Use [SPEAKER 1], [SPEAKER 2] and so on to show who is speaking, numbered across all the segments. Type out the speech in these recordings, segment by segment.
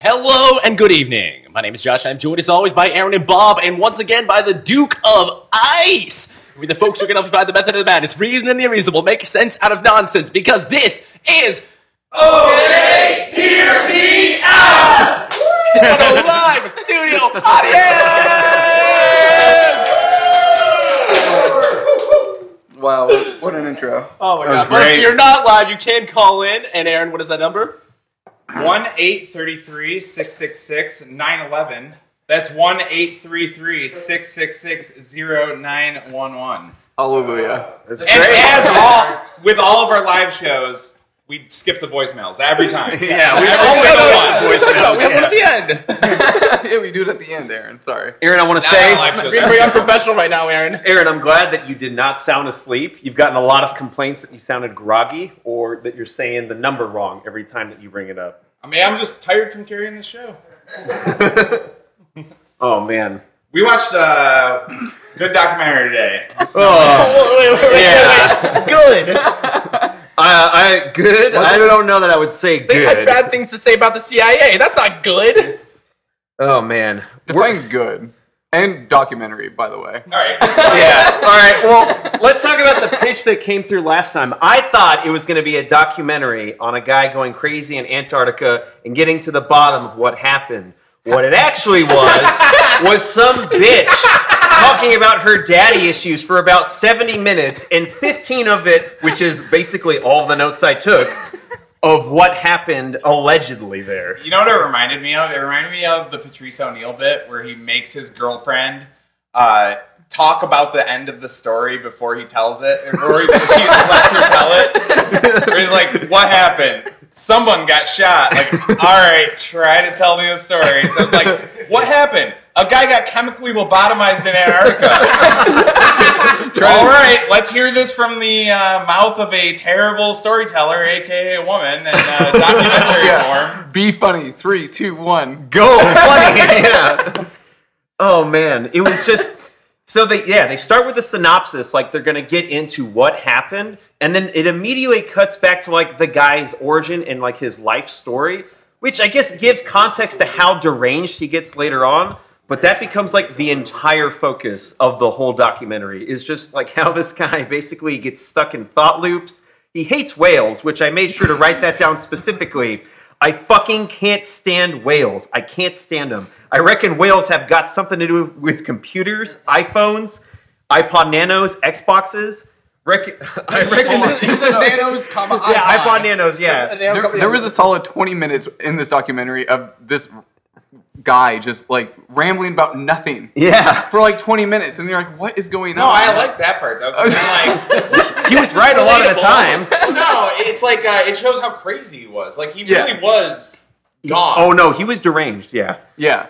[SPEAKER 1] Hello and good evening. My name is Josh. I'm joined as always by Aaron and Bob, and once again by the Duke of Ice. We're the folks who can amplify the method of the madness, reason and the unreasonable, make sense out of nonsense, because this is okay. Hear me out. live studio audience.
[SPEAKER 2] Wow, what what an intro.
[SPEAKER 1] Oh my god!
[SPEAKER 3] was
[SPEAKER 1] But if
[SPEAKER 3] great.
[SPEAKER 1] you're not live, you can call in. And Aaron, what is that number?
[SPEAKER 3] 1 833 666 911. That's 1 833 666 0911.
[SPEAKER 2] Hallelujah.
[SPEAKER 3] And as all, with all of our live shows, we skip the voicemails every time.
[SPEAKER 4] Yeah, we
[SPEAKER 3] Every
[SPEAKER 4] always
[SPEAKER 3] single
[SPEAKER 4] have
[SPEAKER 3] one.
[SPEAKER 1] We talked about- we have one at the end.
[SPEAKER 2] yeah, we do it at the end, Aaron. Sorry.
[SPEAKER 4] Aaron, I want to
[SPEAKER 3] Not
[SPEAKER 4] say,
[SPEAKER 3] on live shows.
[SPEAKER 1] We're very unprofessional right now, Aaron.
[SPEAKER 4] Aaron, I'm glad that you did not sound asleep. You've gotten a lot of complaints that you sounded groggy or that you're saying the number wrong every time that you bring it up.
[SPEAKER 3] I mean, I'm just tired from carrying this show.
[SPEAKER 4] Oh man.
[SPEAKER 3] We watched a good documentary today.
[SPEAKER 4] Oh,
[SPEAKER 1] Wait, wait, wait, wait,
[SPEAKER 4] Yeah.
[SPEAKER 1] wait. Good.
[SPEAKER 4] I, I good. I don't know that I would say
[SPEAKER 1] They had
[SPEAKER 4] good.
[SPEAKER 1] bad things to say about the CIA. That's not good.
[SPEAKER 4] Oh man.
[SPEAKER 2] Define good. And documentary, by the way.
[SPEAKER 3] All right.
[SPEAKER 4] Yeah. All right. Well, let's talk about the pitch that came through last time. I thought it was going to be a documentary on a guy going crazy in Antarctica and getting to the bottom of what happened. What it actually was was some bitch talking about her daddy issues for about 70 minutes and 15 of it, which is basically all the notes I took of what happened allegedly there.
[SPEAKER 3] You know what it reminded me of? It reminded me of the Patrice O'Neill bit where he makes his girlfriend uh, talk about the end of the story before he tells it, or he- she lets her tell it. Or he's like, "What happened? Someone got shot." Like, all right, try to tell me the story. So it's like, "What happened? A guy got chemically lobotomized in Antarctica." all right, let's hear this from the uh, mouth of a terrible storyteller, aka a woman, in uh, documentary form.
[SPEAKER 2] Be funny. Three, two, one.
[SPEAKER 4] go funny yeah oh man it was just so they yeah they start with the synopsis like they're gonna get into what happened and then it immediately cuts back to like the guy's origin and like his life story which i guess gives context to how deranged he gets later on but that becomes like the entire focus of the whole documentary is just like how this guy basically gets stuck in thought loops he hates whales, which I made sure to write that down specifically. I fucking can't stand whales. I can't stand them. I reckon whales have got something to do with computers, iPhones, iPod Nanos, Xboxes. Rec- I reckon.
[SPEAKER 1] He says nanos, comma
[SPEAKER 4] Yeah, iPod Nanos. Yeah.
[SPEAKER 2] There, there was a solid 20 minutes in this documentary of this guy just like rambling about nothing
[SPEAKER 4] Yeah.
[SPEAKER 2] for like 20 minutes. And you're like, what is going
[SPEAKER 3] No,
[SPEAKER 2] on?
[SPEAKER 3] I like that part though. 'cause I'm like,
[SPEAKER 4] He was right a lot of the
[SPEAKER 3] relatable.
[SPEAKER 4] time.
[SPEAKER 3] no, it's like uh, it shows how crazy he was. Like he
[SPEAKER 2] Yeah.
[SPEAKER 3] really was gone.
[SPEAKER 4] Oh no, he was deranged. Yeah.
[SPEAKER 2] Yeah.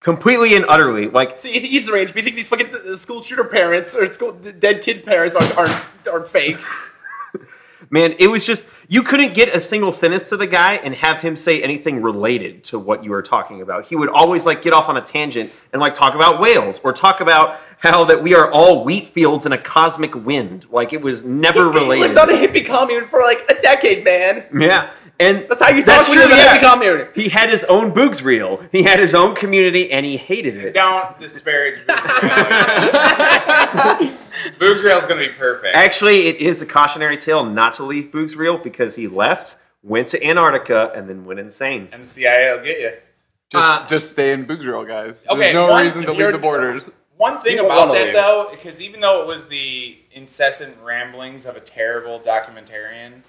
[SPEAKER 4] Completely and utterly. Like
[SPEAKER 1] So you think he's deranged? But you think these fucking uh, school shooter parents or school d- dead kid parents aren't aren't, aren't fake?
[SPEAKER 4] Man, it was just you couldn't get a single sentence to the guy and have him say anything related to what you were talking about. He would always like get off on a tangent and like talk about whales or talk about how that we are all wheat fields in a cosmic wind. Like it was never
[SPEAKER 1] He
[SPEAKER 4] related.
[SPEAKER 1] lived on a hippie commune for like a decade, man.
[SPEAKER 4] yeah. And
[SPEAKER 1] That's how you talk when you live on a hippie commune.
[SPEAKER 4] He had his own boogs reel. He had his own community and he hated it.
[SPEAKER 3] Don't disparage Boog Rail's gonna be perfect.
[SPEAKER 4] Actually, it is a cautionary tale not to leave boogs reel because he left, went to Antarctica, and then went insane.
[SPEAKER 3] and the CIA will get you.
[SPEAKER 2] Just,
[SPEAKER 1] Uh,
[SPEAKER 2] just stay in Boogsrill, guys.
[SPEAKER 3] Okay,
[SPEAKER 2] There's no
[SPEAKER 3] one-
[SPEAKER 2] reason to
[SPEAKER 3] you're-
[SPEAKER 2] leave the borders.
[SPEAKER 3] One thing
[SPEAKER 1] You won't
[SPEAKER 3] about
[SPEAKER 1] wanna
[SPEAKER 3] that
[SPEAKER 1] leave.
[SPEAKER 3] though, because even though it was the incessant ramblings of a terrible documentarian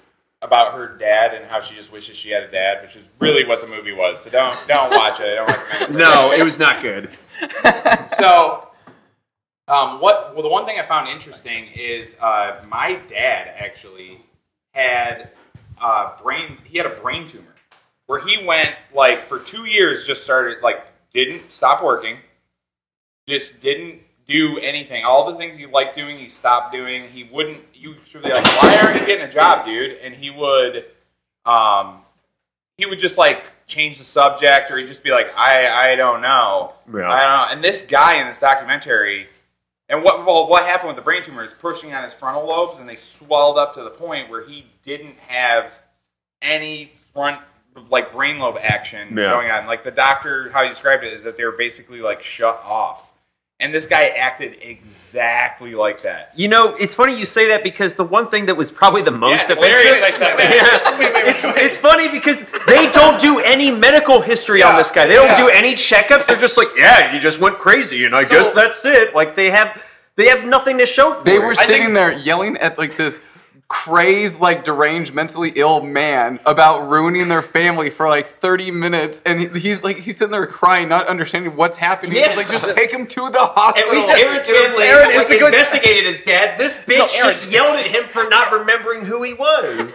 [SPEAKER 3] about her dad and how she just wishes she had a dad, which is really what the movie was. So don't don't watch it. I don't recommend it.
[SPEAKER 4] No, it was not good.
[SPEAKER 3] so um, what well the one thing i found interesting is uh, my dad actually had uh, brain he had a brain tumor where he went like for two years just started like didn't stop working just didn't do anything all the things he liked doing he stopped doing he wouldn't you should be like why aren't you getting a job dude and he would um he would just like change the subject or he'd just be like i i don't know
[SPEAKER 4] Yeah.
[SPEAKER 3] i don't know and this guy in this documentary and what well, what happened with the brain tumor is pushing on his frontal lobes and they swelled up to the point where he didn't have any front like brain lobe action
[SPEAKER 4] Yeah.
[SPEAKER 3] going on. Like the doctor, how he described it is that they were basically like shut off, and this guy acted exactly like that.
[SPEAKER 4] You know, it's funny you say that because the one thing that was probably the
[SPEAKER 3] Yeah,
[SPEAKER 4] most
[SPEAKER 3] it's hilarious. I said that.
[SPEAKER 4] it's, it's funny because they don't do any medical history on
[SPEAKER 2] Yeah,
[SPEAKER 4] this guy. They don't
[SPEAKER 2] yeah.
[SPEAKER 4] do any checkups. They're just like, yeah, you just went crazy, and I guess that's it. Like they have, they have nothing to show for
[SPEAKER 2] They
[SPEAKER 4] it.
[SPEAKER 2] were
[SPEAKER 4] I
[SPEAKER 2] sitting
[SPEAKER 4] think-
[SPEAKER 2] there yelling at like this crazed, like deranged, mentally ill man about ruining their family for like 30 minutes, and he- he's like he's sitting there crying, not understanding what's happening.
[SPEAKER 5] Yeah.
[SPEAKER 2] He's like, just take him to the hospital.
[SPEAKER 5] At least
[SPEAKER 2] It-
[SPEAKER 5] Aaron's family
[SPEAKER 4] Aaron is
[SPEAKER 5] like,
[SPEAKER 4] the good-
[SPEAKER 5] investigated his dad. This bitch just yelled at him for not remembering who he was.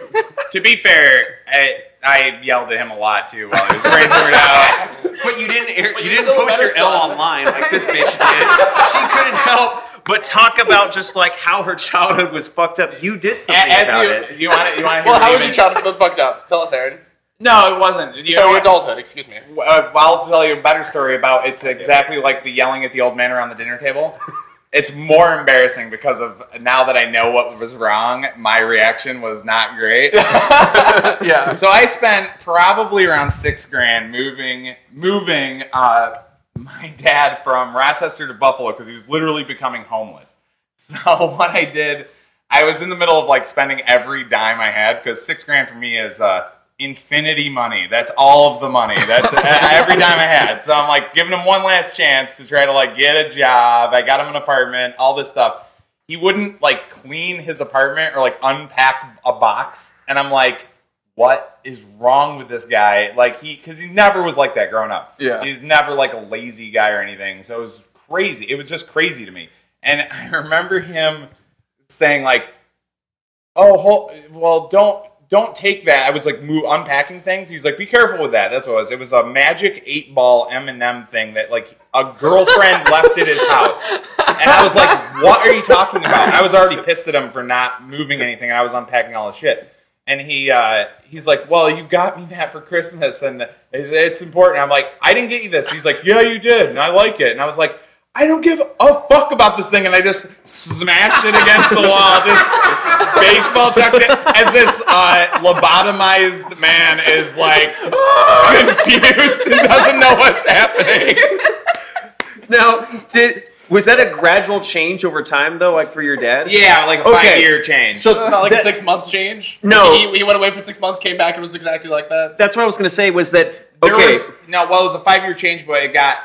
[SPEAKER 3] To be fair, I, I yelled at him a lot too while he was brain tumor out.
[SPEAKER 4] But you didn't. air you
[SPEAKER 1] you're
[SPEAKER 4] didn't
[SPEAKER 1] still a
[SPEAKER 4] post
[SPEAKER 1] better
[SPEAKER 4] your L
[SPEAKER 1] son.
[SPEAKER 4] online like this bitch did. she couldn't help but talk about just like how her childhood was fucked up. You did something about
[SPEAKER 3] As
[SPEAKER 4] it.
[SPEAKER 3] you, you want to, you want to hear
[SPEAKER 1] Well, how
[SPEAKER 3] David-
[SPEAKER 1] was your childhood fucked up? Tell us, Aaron.
[SPEAKER 3] No, it wasn't. You know
[SPEAKER 1] So your
[SPEAKER 3] what?
[SPEAKER 1] adulthood, excuse me.
[SPEAKER 3] Uh, I'll tell you a better story about it's exactly like the yelling at the old man around the dinner table. It's more embarrassing because of now that I know what was wrong, my reaction was not great.
[SPEAKER 2] yeah.
[SPEAKER 3] so I spent probably around six grand moving moving uh, my dad from Rochester to Buffalo because he was literally becoming homeless. So what I did, I was in the middle of like spending every dime I had because six grand for me is uh, infinity money. That's all of the money. That's e-, every dime I had. So I'm like giving him one last chance to try to like get a job. I got him an apartment, all this stuff. He wouldn't like clean his apartment or like unpack a box, and I'm like, what is wrong with this guy? Like he, because he never was like that growing up.
[SPEAKER 2] Yeah.
[SPEAKER 3] he's never like a lazy guy or anything. So it was crazy. It was just crazy to me. And I remember him saying like, "Oh, hol- well, don't don't take that." I was like, move unpacking things. He's like, "Be careful with that." That's what it was. It was a magic eight ball M and M thing that like a girlfriend left at his house, and I was like, "What are you talking about?" I was already pissed at him for not moving anything, and I was unpacking all his shit. And he uh, he's like, "Well, you got me that for Christmas, and it- it's important." I'm like, "I didn't get you this." He's like, "Yeah, you did, and I like it." And I was like. I don't give a fuck about this thing, and I just smashed it against the wall. Just baseball chucked it as this uh, lobotomized man is like confused and doesn't know what's happening.
[SPEAKER 4] Now, did was that a gradual change over time though? Like for your dad?
[SPEAKER 3] Yeah, like a
[SPEAKER 4] Okay.
[SPEAKER 3] five year change.
[SPEAKER 4] So
[SPEAKER 1] Not like
[SPEAKER 4] that-
[SPEAKER 1] a six month change.
[SPEAKER 4] No.
[SPEAKER 1] he, he went away for six months, came back, and was exactly like that.
[SPEAKER 4] that's what I was gonna say was that
[SPEAKER 3] there
[SPEAKER 4] okay?
[SPEAKER 3] was no well, it was a five year change, but it got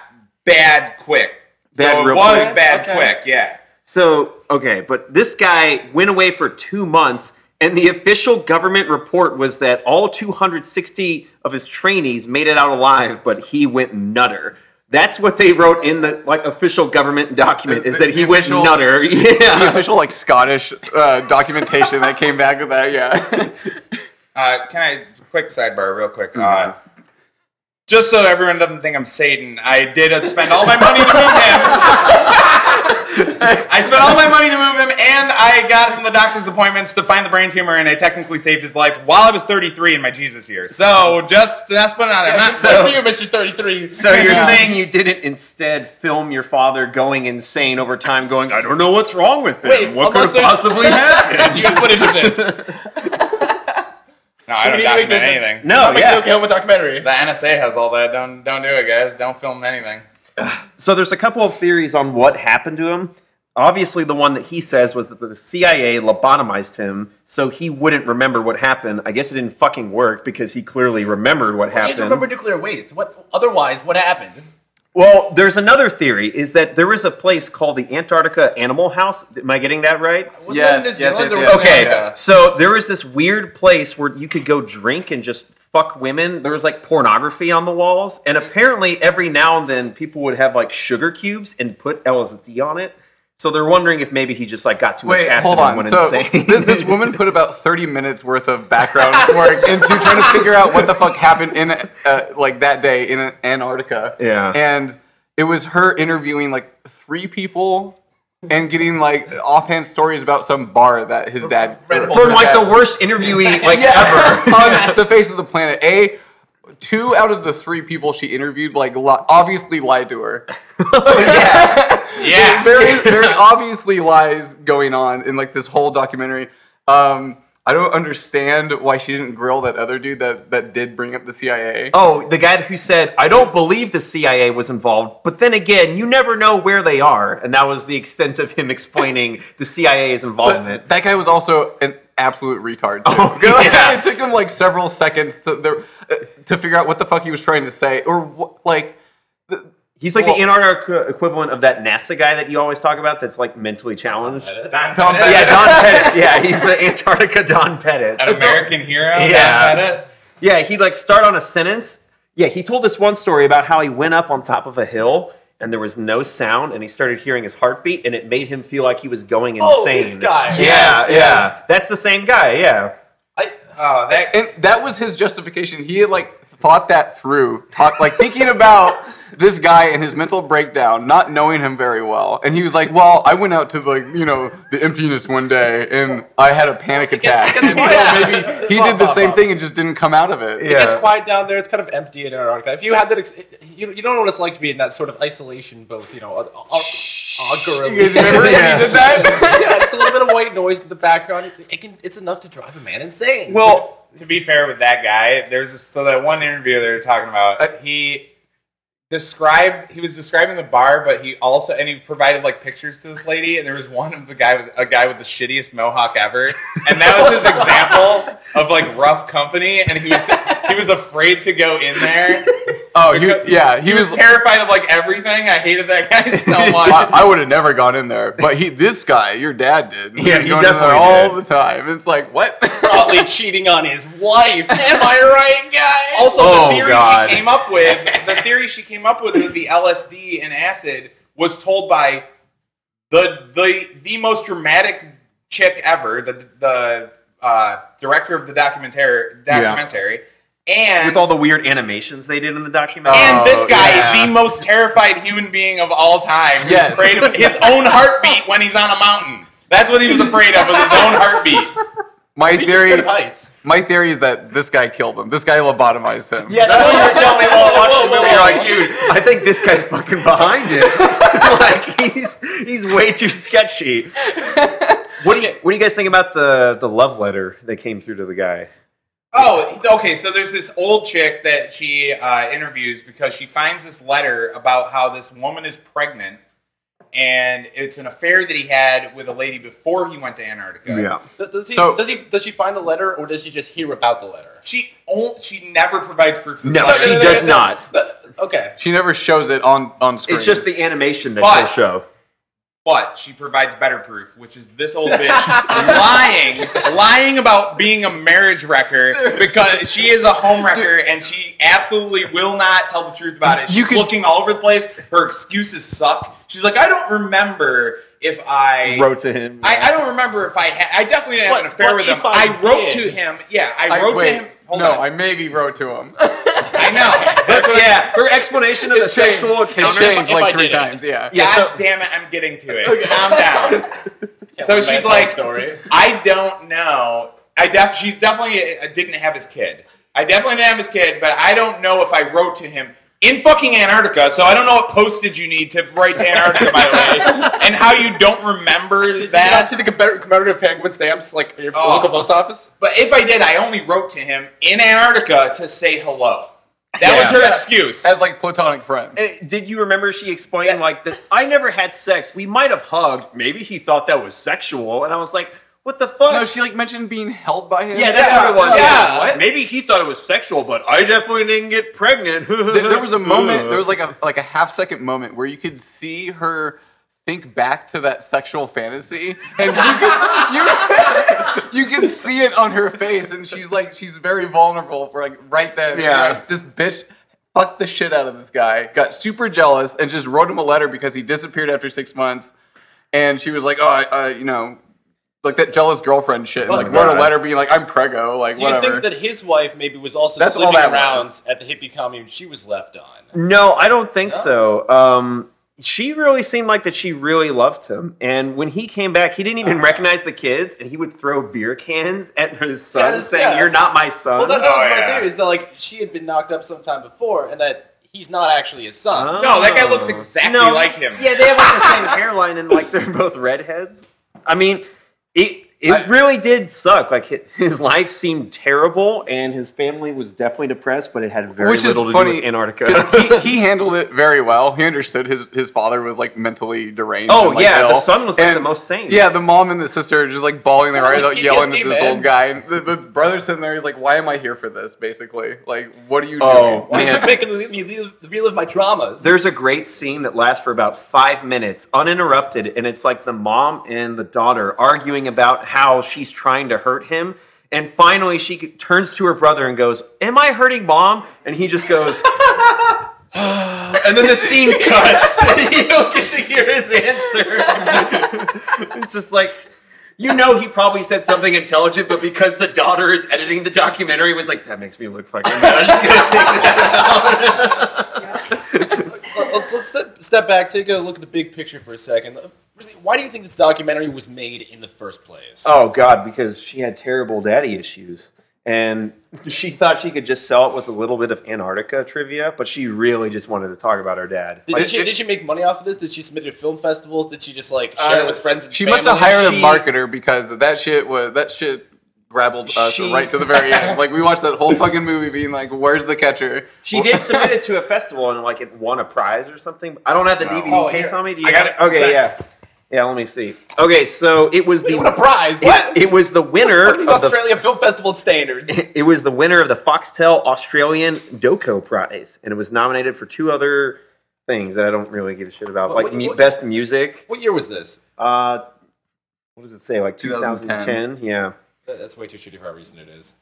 [SPEAKER 3] bad quick.
[SPEAKER 4] Bad
[SPEAKER 3] so it
[SPEAKER 4] real
[SPEAKER 3] was
[SPEAKER 4] quick.
[SPEAKER 3] bad
[SPEAKER 1] Okay.
[SPEAKER 3] quick, yeah.
[SPEAKER 4] So okay, but this guy went away for two months, and the official government report was that all 260 of his trainees made it out alive, but he went nutter. That's what they wrote in the like official government document is that he
[SPEAKER 2] The
[SPEAKER 4] went
[SPEAKER 2] official-
[SPEAKER 4] nutter.
[SPEAKER 2] The
[SPEAKER 4] Yeah.
[SPEAKER 2] official like Scottish uh, documentation that came back with that, yeah.
[SPEAKER 3] Uh, can I quick sidebar real quick? Uh, just so everyone doesn't think I'm Satan, I did spend all my money to move him. I spent all my money to move him, and I got him the doctor's appointments to find the brain tumor, and I technically saved his life while I was 33 in my Jesus year. So just that's put it out there. I'm not
[SPEAKER 1] So you, Mister Thirty Three.
[SPEAKER 4] So you're
[SPEAKER 3] Yeah.
[SPEAKER 4] saying you didn't instead film your father going insane over time, going, I don't know what's wrong with him.
[SPEAKER 1] Wait,
[SPEAKER 4] what could
[SPEAKER 1] unless
[SPEAKER 4] have
[SPEAKER 1] there's-
[SPEAKER 4] possibly happened?
[SPEAKER 1] you got footage of this?
[SPEAKER 3] no, I
[SPEAKER 1] We need
[SPEAKER 3] don't
[SPEAKER 1] to make
[SPEAKER 3] document
[SPEAKER 1] this-
[SPEAKER 3] anything.
[SPEAKER 4] No,
[SPEAKER 1] Make
[SPEAKER 4] yeah.
[SPEAKER 1] the Oklahoma documentary.
[SPEAKER 3] The NSA has all that. Don't don't do it, guys. Don't film anything.
[SPEAKER 4] So there's a couple of theories on what happened to him. Obviously, the one that he says was that the CIA lobotomized him so he wouldn't remember what happened. I guess it didn't fucking work because he clearly remembered what
[SPEAKER 1] You just remember
[SPEAKER 4] happened.
[SPEAKER 1] nuclear waste. What otherwise? What happened?
[SPEAKER 4] Well, there's another theory is that there is a place called the Antarctica Animal House. Am I getting that right?
[SPEAKER 1] Wasn't that in
[SPEAKER 2] yes,
[SPEAKER 1] New
[SPEAKER 2] yes, yes,
[SPEAKER 1] Zealand or was
[SPEAKER 2] yes.
[SPEAKER 1] it
[SPEAKER 4] Okay,
[SPEAKER 1] America?
[SPEAKER 4] so there was this weird place where you could go drink and just fuck women. There was like pornography on the walls, and apparently every now and then people would have like sugar cubes and put LSD on it. So they're wondering if maybe he just like got too much
[SPEAKER 2] Wait,
[SPEAKER 4] acid
[SPEAKER 2] hold
[SPEAKER 4] and
[SPEAKER 2] on.
[SPEAKER 4] went
[SPEAKER 2] So
[SPEAKER 4] insane.
[SPEAKER 2] th- this woman put about thirty minutes worth of background work into trying to figure out what the fuck happened in uh, like that day in Antarctica.
[SPEAKER 4] Yeah.
[SPEAKER 2] and it was her interviewing like three people and getting like offhand stories about some bar that his dad
[SPEAKER 1] Red Bull.
[SPEAKER 4] From like the worst interviewee like ever.
[SPEAKER 2] on the face of the planet. A two out of the three people she interviewed like li- obviously lied to her.
[SPEAKER 3] Yeah.
[SPEAKER 2] very, very obviously lies going on in like this whole documentary. Um, I don't understand why she didn't grill that other dude that, that did bring up the CIA.
[SPEAKER 4] Oh, the guy who said, I don't believe the CIA was involved, but then again, you never know where they are. And that was the extent of him explaining the CIA's involvement.
[SPEAKER 2] But that guy was also an absolute retard. Too.
[SPEAKER 4] Oh, yeah.
[SPEAKER 2] it took him like several seconds to there, uh, to figure out what the fuck he was trying to say, or what, like
[SPEAKER 4] He's like
[SPEAKER 2] Well-
[SPEAKER 4] the Antarctica equivalent of that NASA guy that you always talk about that's like mentally challenged.
[SPEAKER 3] Don
[SPEAKER 2] Don
[SPEAKER 3] Pettit,
[SPEAKER 4] Yeah, Don Pettit. Yeah, he's the Antarctica Don Pettit.
[SPEAKER 3] an American hero.
[SPEAKER 4] Yeah.
[SPEAKER 3] Don Pettit.
[SPEAKER 4] Yeah, he'd like start on a sentence. Yeah, he told this one story about how he went up on top of a hill and there was no sound and he started hearing his heartbeat and it made him feel like he was going insane.
[SPEAKER 1] Oh, this guy.
[SPEAKER 4] Yeah,
[SPEAKER 2] Yes,
[SPEAKER 4] yeah.
[SPEAKER 2] yes.
[SPEAKER 4] That's the same guy, yeah.
[SPEAKER 1] I,
[SPEAKER 3] Oh, that
[SPEAKER 2] and that was his justification. He had like thought that through, talked like thinking about this guy and his mental breakdown, not knowing him very well. And he was like, "Well, I went out to like you know the emptiness one day, and I had a panic attack." And so maybe he did the same thing and just didn't come out of it.
[SPEAKER 4] Yeah.
[SPEAKER 1] It gets quiet down there. It's kind of empty in Antarctica. If you had that, ex- you, you don't know what it's like to be in that sort of isolation, both you know, a, a, augury.
[SPEAKER 2] You guys remember when he did that?
[SPEAKER 1] yeah, it's a little bit of white noise in the background. It can, it's enough to drive a man insane.
[SPEAKER 4] Well,
[SPEAKER 3] to be fair with that guy, there's this, so that one interview they were talking about.
[SPEAKER 2] I-
[SPEAKER 3] he described he was describing the bar, but he also and he provided like pictures to this lady, and there was one of the guy with a guy with the shittiest mohawk ever, and that was his example of like rough company, and he was he was afraid to go in there.
[SPEAKER 2] Oh, you, yeah, he,
[SPEAKER 3] He was
[SPEAKER 2] was.
[SPEAKER 3] terrified of like everything. I hated that guy so
[SPEAKER 2] I,
[SPEAKER 3] much.
[SPEAKER 2] I would have never gone in there, but he, this guy, your dad did.
[SPEAKER 4] Yeah,
[SPEAKER 2] was
[SPEAKER 4] he
[SPEAKER 2] going in there
[SPEAKER 4] definitely
[SPEAKER 2] all
[SPEAKER 4] did.
[SPEAKER 2] the time. It's like what?
[SPEAKER 1] probably cheating on his wife. Am I right, guys?
[SPEAKER 3] Also,
[SPEAKER 4] Oh,
[SPEAKER 3] the theory
[SPEAKER 4] God.
[SPEAKER 3] she came up with, the theory she came up with with the LSD and acid was told by the the the most dramatic chick ever, the the uh, director of the documentary documentary, and
[SPEAKER 4] with all the weird animations they did in the documentary.
[SPEAKER 3] and this
[SPEAKER 2] Oh,
[SPEAKER 3] guy,
[SPEAKER 2] yeah.
[SPEAKER 3] the most terrified human being of all time, who's
[SPEAKER 2] Yes.
[SPEAKER 3] afraid of his own heartbeat when he's on a mountain. That's what he was afraid of, was his own heartbeat.
[SPEAKER 2] My
[SPEAKER 1] He's just good
[SPEAKER 2] theory,
[SPEAKER 1] at heights.
[SPEAKER 2] my theory is that this guy killed him. This guy lobotomized him.
[SPEAKER 4] yeah, that's what you were telling me while
[SPEAKER 1] Whoa,
[SPEAKER 4] watching the
[SPEAKER 1] whoa,
[SPEAKER 4] movie.
[SPEAKER 1] whoa.
[SPEAKER 4] You're like, dude, I think this guy's fucking behind it. like he's he's way too sketchy. What do you what do you guys think about the the love letter that came through to the guy?
[SPEAKER 3] Oh, okay. So there's this old chick that she uh, interviews because she finds this letter about how this woman is pregnant, and it's an affair that he had with a lady before he went to Antarctica.
[SPEAKER 1] Th- Does he,
[SPEAKER 2] So-
[SPEAKER 1] does he, does she find the letter, or does she just hear about the letter?
[SPEAKER 3] She on- she never provides proof. Of this
[SPEAKER 4] No,
[SPEAKER 3] letter.
[SPEAKER 4] she does not.
[SPEAKER 1] Th- Okay.
[SPEAKER 2] She never shows it on on screen.
[SPEAKER 4] It's just the animation that
[SPEAKER 3] But-
[SPEAKER 4] she'll show.
[SPEAKER 3] But she provides better proof, which is this old bitch lying, lying about being a marriage wrecker because she is a home wrecker and she absolutely will not tell the truth about it. She's
[SPEAKER 2] You could-
[SPEAKER 3] looking all over the place. Her excuses suck. She's like, I don't remember if I
[SPEAKER 4] Wrote to him.
[SPEAKER 3] I, I don't remember if I had. I definitely didn't have
[SPEAKER 1] What-
[SPEAKER 3] an affair
[SPEAKER 1] what
[SPEAKER 3] with him.
[SPEAKER 1] if I
[SPEAKER 3] I,
[SPEAKER 1] did?
[SPEAKER 3] wrote to him. Yeah, I
[SPEAKER 2] I,
[SPEAKER 3] wrote
[SPEAKER 2] wait,
[SPEAKER 3] to him. Hold
[SPEAKER 2] no,
[SPEAKER 3] on.
[SPEAKER 2] I maybe wrote to him.
[SPEAKER 3] I know. That's what, yeah.
[SPEAKER 4] her explanation of the sexual
[SPEAKER 2] It changed,
[SPEAKER 4] encounter.
[SPEAKER 1] if I
[SPEAKER 2] like three
[SPEAKER 1] did it.
[SPEAKER 2] times. Yeah.
[SPEAKER 4] Yeah,
[SPEAKER 3] God
[SPEAKER 4] so-
[SPEAKER 3] damn it! I'm getting to it. Calm down. So she's like, I don't know. I def she's definitely uh, didn't have his kid. I definitely didn't have his kid, but I don't know if I wrote to him in fucking Antarctica. So I don't know what postage you need to write to Antarctica, by the way, and how you don't remember
[SPEAKER 1] Did you not
[SPEAKER 3] that.
[SPEAKER 1] see the commemor- commemorative penguin stamps like at your
[SPEAKER 3] Oh.
[SPEAKER 1] local post office?
[SPEAKER 3] But if I did, I only wrote to him in Antarctica to say hello. That was
[SPEAKER 4] Yeah.
[SPEAKER 3] her excuse.
[SPEAKER 2] As like platonic friends.
[SPEAKER 4] Uh, Did you remember she explained like that? I never had sex. We might have hugged. Maybe he thought that was sexual, and I was like, "What the fuck?"
[SPEAKER 2] No, she like mentioned being held by him.
[SPEAKER 4] Yeah, that's
[SPEAKER 3] Yeah,
[SPEAKER 4] what it was.
[SPEAKER 3] yeah.
[SPEAKER 2] What?
[SPEAKER 4] Maybe he thought it was sexual, but I definitely didn't get pregnant.
[SPEAKER 2] Th- there was a moment. There was like a like a half second moment where you could see her think back to that sexual fantasy, and you could, you, you can see it on her face, and she's like she's very vulnerable for like right then. You're
[SPEAKER 4] Yeah.
[SPEAKER 2] like, this bitch fucked the shit out of this guy, got super jealous, and just wrote him a letter because he disappeared after six months, and she was like, oh, I, uh, you know. Like that jealous girlfriend shit, and like wrote
[SPEAKER 4] Oh God.
[SPEAKER 2] a letter being like, "I'm preggo," like
[SPEAKER 1] Do you
[SPEAKER 2] whatever.
[SPEAKER 1] think that his wife maybe was also
[SPEAKER 2] That's all
[SPEAKER 1] sleeping
[SPEAKER 2] that
[SPEAKER 1] around
[SPEAKER 2] was.
[SPEAKER 1] at the hippie commune she was left on?
[SPEAKER 4] no, I don't think so. Um, she really seemed like that she really loved him. And when he came back, he didn't
[SPEAKER 2] Uh.
[SPEAKER 4] even recognize the kids, and he would throw beer cans at his son,
[SPEAKER 1] is-
[SPEAKER 4] saying,
[SPEAKER 1] yeah.
[SPEAKER 4] "You're not my son."
[SPEAKER 1] Well, that, that was
[SPEAKER 3] Oh,
[SPEAKER 1] my
[SPEAKER 3] yeah.
[SPEAKER 1] theory is that like she had been knocked up sometime before, and that he's not actually his son.
[SPEAKER 3] no, that guy
[SPEAKER 2] Oh.
[SPEAKER 3] looks exactly
[SPEAKER 4] No,
[SPEAKER 3] like him.
[SPEAKER 4] Yeah, they have like the same hairline and like they're both redheads. I mean, it it
[SPEAKER 2] I-
[SPEAKER 4] really did suck. Like hi- his life seemed terrible, and his family was definitely depressed, but it had very
[SPEAKER 2] Which is
[SPEAKER 4] little to do
[SPEAKER 2] funny.
[SPEAKER 4] with Antarctica.
[SPEAKER 2] 'cause he, he handled it very well. He understood his his father was like mentally deranged.
[SPEAKER 4] Oh,
[SPEAKER 2] and, like,
[SPEAKER 4] yeah, the
[SPEAKER 2] ill.
[SPEAKER 4] son was, like, the
[SPEAKER 2] And,
[SPEAKER 4] most sane.
[SPEAKER 2] Yeah, the mom and the sister are just like bawling their
[SPEAKER 1] Sounds
[SPEAKER 2] eyes
[SPEAKER 1] like
[SPEAKER 2] out, yelling at
[SPEAKER 1] PTSD,
[SPEAKER 2] this
[SPEAKER 1] man.
[SPEAKER 2] old guy. And the, the brother's sitting there. He's like, "Why am I here for this?" Basically, like, what are you
[SPEAKER 4] Oh,
[SPEAKER 2] doing?
[SPEAKER 1] Why
[SPEAKER 4] Man.
[SPEAKER 1] is it making me relive, relive my traumas?
[SPEAKER 4] There's a great scene that lasts for about five minutes, uninterrupted, and it's like the mom and the daughter arguing about how she's trying to hurt him. And finally, she c- turns to her brother and goes, Am I hurting mom? And he just goes, "Ah." And then the scene cuts. and you don't get to hear his answer. it's just like, you know, he probably said something intelligent, but because the daughter is editing the documentary, was like, That makes me look fucking bad. I'm just going to take that out.
[SPEAKER 1] Let- Let's, let's step, step back, take a look at the big picture for a second. Really, Why do you think this documentary was made in the first place?
[SPEAKER 4] Oh God, because she had terrible daddy issues, and she thought she could just sell it with a little bit of Antarctica trivia, but she really just wanted to talk about her dad.
[SPEAKER 1] Did,
[SPEAKER 4] Like,
[SPEAKER 1] did she, did she make money off of this? Did she submit it to film festivals? Did she just like
[SPEAKER 4] Uh,
[SPEAKER 1] share it with friends and
[SPEAKER 2] She
[SPEAKER 1] family?
[SPEAKER 2] must have hired
[SPEAKER 4] She-
[SPEAKER 2] a marketer because that shit was that shit grabbled us
[SPEAKER 4] She-
[SPEAKER 2] right to the very end. Like we watched that whole fucking movie, being like, "Where's the catcher?"
[SPEAKER 4] she did submit it to a festival and like it won a prize or something. I don't have the
[SPEAKER 3] Wow.
[SPEAKER 4] DVD
[SPEAKER 1] Oh,
[SPEAKER 4] case
[SPEAKER 1] here.
[SPEAKER 4] on me. Do you
[SPEAKER 3] I got
[SPEAKER 4] have
[SPEAKER 3] it.
[SPEAKER 4] Okay,
[SPEAKER 3] Sorry.
[SPEAKER 4] yeah, yeah. Let me see. Okay, so it was
[SPEAKER 1] Wait,
[SPEAKER 4] the
[SPEAKER 1] what a prize! What?
[SPEAKER 4] It, it was the
[SPEAKER 1] What
[SPEAKER 4] winner
[SPEAKER 1] are
[SPEAKER 4] of
[SPEAKER 1] these
[SPEAKER 4] the
[SPEAKER 1] Australia Film Festival standards?
[SPEAKER 4] it was the winner of the Foxtel Australian Doco Prize, and it was nominated for two other things that I don't really give a shit about,
[SPEAKER 1] What-
[SPEAKER 4] like
[SPEAKER 1] what-
[SPEAKER 4] mu-
[SPEAKER 1] what-
[SPEAKER 4] best music.
[SPEAKER 1] what year was this?
[SPEAKER 4] Uh, what does it say? Like
[SPEAKER 2] 2010.
[SPEAKER 4] 2010? Yeah,
[SPEAKER 1] That- That's way too shitty for how recent it is.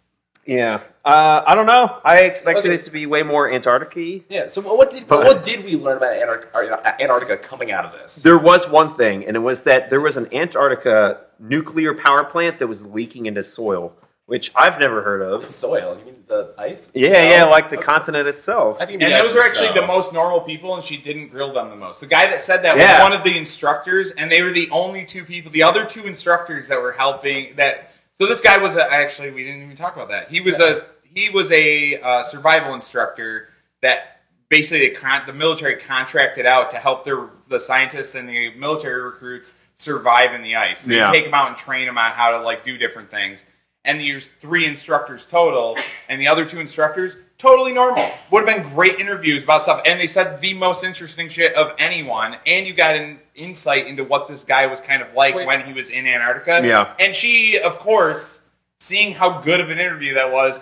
[SPEAKER 4] yeah. Uh, I don't know. I expected
[SPEAKER 1] Okay.
[SPEAKER 4] it to be way more Antarctica.
[SPEAKER 1] Yeah. So what did
[SPEAKER 4] But-
[SPEAKER 1] what did we learn about Antarctica, Antarctica coming out of this?
[SPEAKER 4] There was one thing, and it was that there was an Antarctica nuclear power plant that was leaking into soil, which I've never heard
[SPEAKER 1] The
[SPEAKER 4] of.
[SPEAKER 1] soil. You mean the ice?
[SPEAKER 4] Yeah,
[SPEAKER 1] Snow?
[SPEAKER 4] yeah, like the
[SPEAKER 1] Okay.
[SPEAKER 4] continent itself.
[SPEAKER 1] I think
[SPEAKER 3] And
[SPEAKER 1] maybe I
[SPEAKER 3] those
[SPEAKER 1] should
[SPEAKER 3] were actually
[SPEAKER 1] stop.
[SPEAKER 3] the most normal people, and she didn't grill them the most. The guy that said that
[SPEAKER 4] Yeah.
[SPEAKER 3] was one of the instructors, and they were the only two people, the other two instructors that were helping. That so this guy was a, actually we didn't even talk about that. He was a he was a uh, survival instructor that basically the, con- the military contracted out to help their the scientists and the military recruits survive in the ice. They
[SPEAKER 4] Yeah.
[SPEAKER 3] take them out and train them on how to like do different things. And there's three instructors total, and the other two instructors totally normal. Would have been great interviews about stuff, and they said the most interesting shit of anyone. And you got an insight into what this guy was kind of like
[SPEAKER 1] Wait.
[SPEAKER 3] when he was in Antarctica.
[SPEAKER 4] Yeah.
[SPEAKER 3] And she, of course, seeing how good of an interview that was,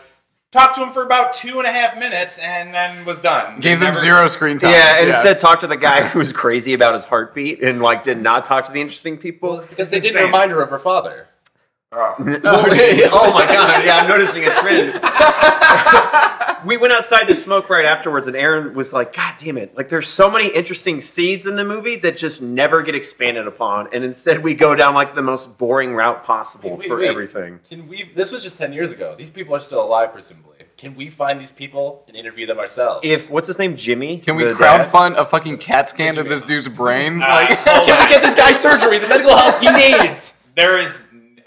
[SPEAKER 3] talked to him for about two and a half minutes, and then was done.
[SPEAKER 2] Gave them
[SPEAKER 3] Never-
[SPEAKER 2] zero screen time.
[SPEAKER 4] Yeah, and it said talk to the guy who was crazy about his heartbeat and like did not talk to the interesting people.
[SPEAKER 1] Well, because they didn't
[SPEAKER 3] Insane.
[SPEAKER 1] remind her of her father.
[SPEAKER 3] Oh.
[SPEAKER 4] oh my god, yeah, I'm noticing a trend. we went outside to smoke right afterwards, and Aaron was like, God damn it, like there's so many interesting seeds in the movie that just never get expanded upon. And instead we go down like the most boring route possible
[SPEAKER 1] Wait, wait,
[SPEAKER 4] for
[SPEAKER 1] wait.
[SPEAKER 4] everything.
[SPEAKER 1] Can we? This was just ten years ago. These people are still alive, presumably. Can we find these people and interview them ourselves?
[SPEAKER 4] If what's his name, Jimmy?
[SPEAKER 2] Can we
[SPEAKER 4] the dad?
[SPEAKER 2] crowdfund a fucking CAT scan of this dude's brain? Like,
[SPEAKER 3] Uh,
[SPEAKER 1] can we get this guy surgery, the medical help he needs?
[SPEAKER 3] There is,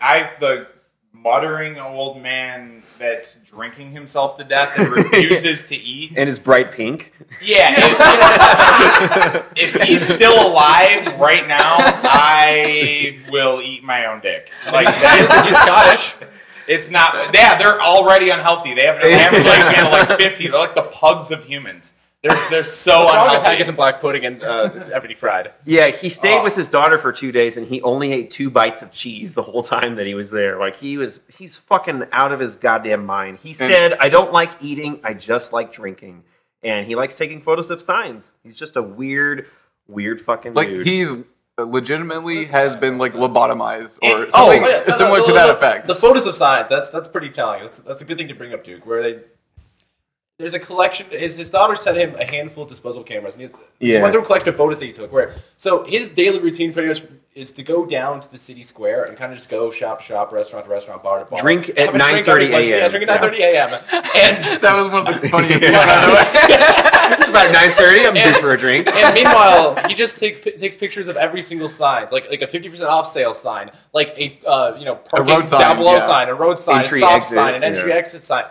[SPEAKER 3] I the muttering old man that's drinking himself to death and refuses to eat.
[SPEAKER 4] and his bright pink.
[SPEAKER 3] Yeah. If, if he's still alive right now, I will eat my own dick. Like that
[SPEAKER 1] He's Scottish.
[SPEAKER 3] is, it's not. Yeah, they're already unhealthy. They have an average lifespan of like fifty. They're like the pugs of humans. They're they're so
[SPEAKER 1] What's wrong with
[SPEAKER 3] unhealthy.
[SPEAKER 1] haggis and black pudding and uh, everything fried?
[SPEAKER 4] Yeah, he stayed
[SPEAKER 3] Oh.
[SPEAKER 4] with his daughter for two days, and he only ate two bites of cheese the whole time that he was there. Like he was—he's fucking out of his goddamn mind. He said, "I don't like eating. I just like drinking." And he likes taking photos of signs. He's just a weird, weird fucking
[SPEAKER 2] like
[SPEAKER 4] dude.
[SPEAKER 2] he's legitimately has been like lobotomized or
[SPEAKER 3] It- oh,
[SPEAKER 2] something
[SPEAKER 1] Oh, yeah, no, no,
[SPEAKER 2] similar
[SPEAKER 1] no,
[SPEAKER 2] to
[SPEAKER 1] no,
[SPEAKER 2] that
[SPEAKER 1] no.
[SPEAKER 2] effect.
[SPEAKER 1] The photos of signs. That's that's pretty telling. That's, that's a good thing to bring up, Duke. Where they there's a collection. His, his daughter sent him a handful of disposable cameras, and he, he
[SPEAKER 4] Yeah.
[SPEAKER 1] went through a collection of photos that he took. Where so his daily routine pretty much is to go down to the city square and kind of just go shop to shop, restaurant to restaurant, bar to bar,
[SPEAKER 4] Drink at
[SPEAKER 1] have a drink
[SPEAKER 4] 9:30
[SPEAKER 1] every place. Yeah,
[SPEAKER 4] a.m.,
[SPEAKER 1] drink at 9:30 a.m. and.
[SPEAKER 2] that was one of the funniest.
[SPEAKER 4] Yeah.
[SPEAKER 2] things I've ever-
[SPEAKER 4] it's about nine thirty. I'm due for a drink.
[SPEAKER 1] And meanwhile, he just take, pi- takes pictures of every single sign, like like a fifty percent off sale sign, like a uh, you know parking
[SPEAKER 2] road sign,
[SPEAKER 1] down below
[SPEAKER 2] yeah.
[SPEAKER 1] sign, a road sign,
[SPEAKER 4] Entry,
[SPEAKER 1] a stop
[SPEAKER 4] exit,
[SPEAKER 1] sign, an entry
[SPEAKER 4] yeah.
[SPEAKER 1] exit sign.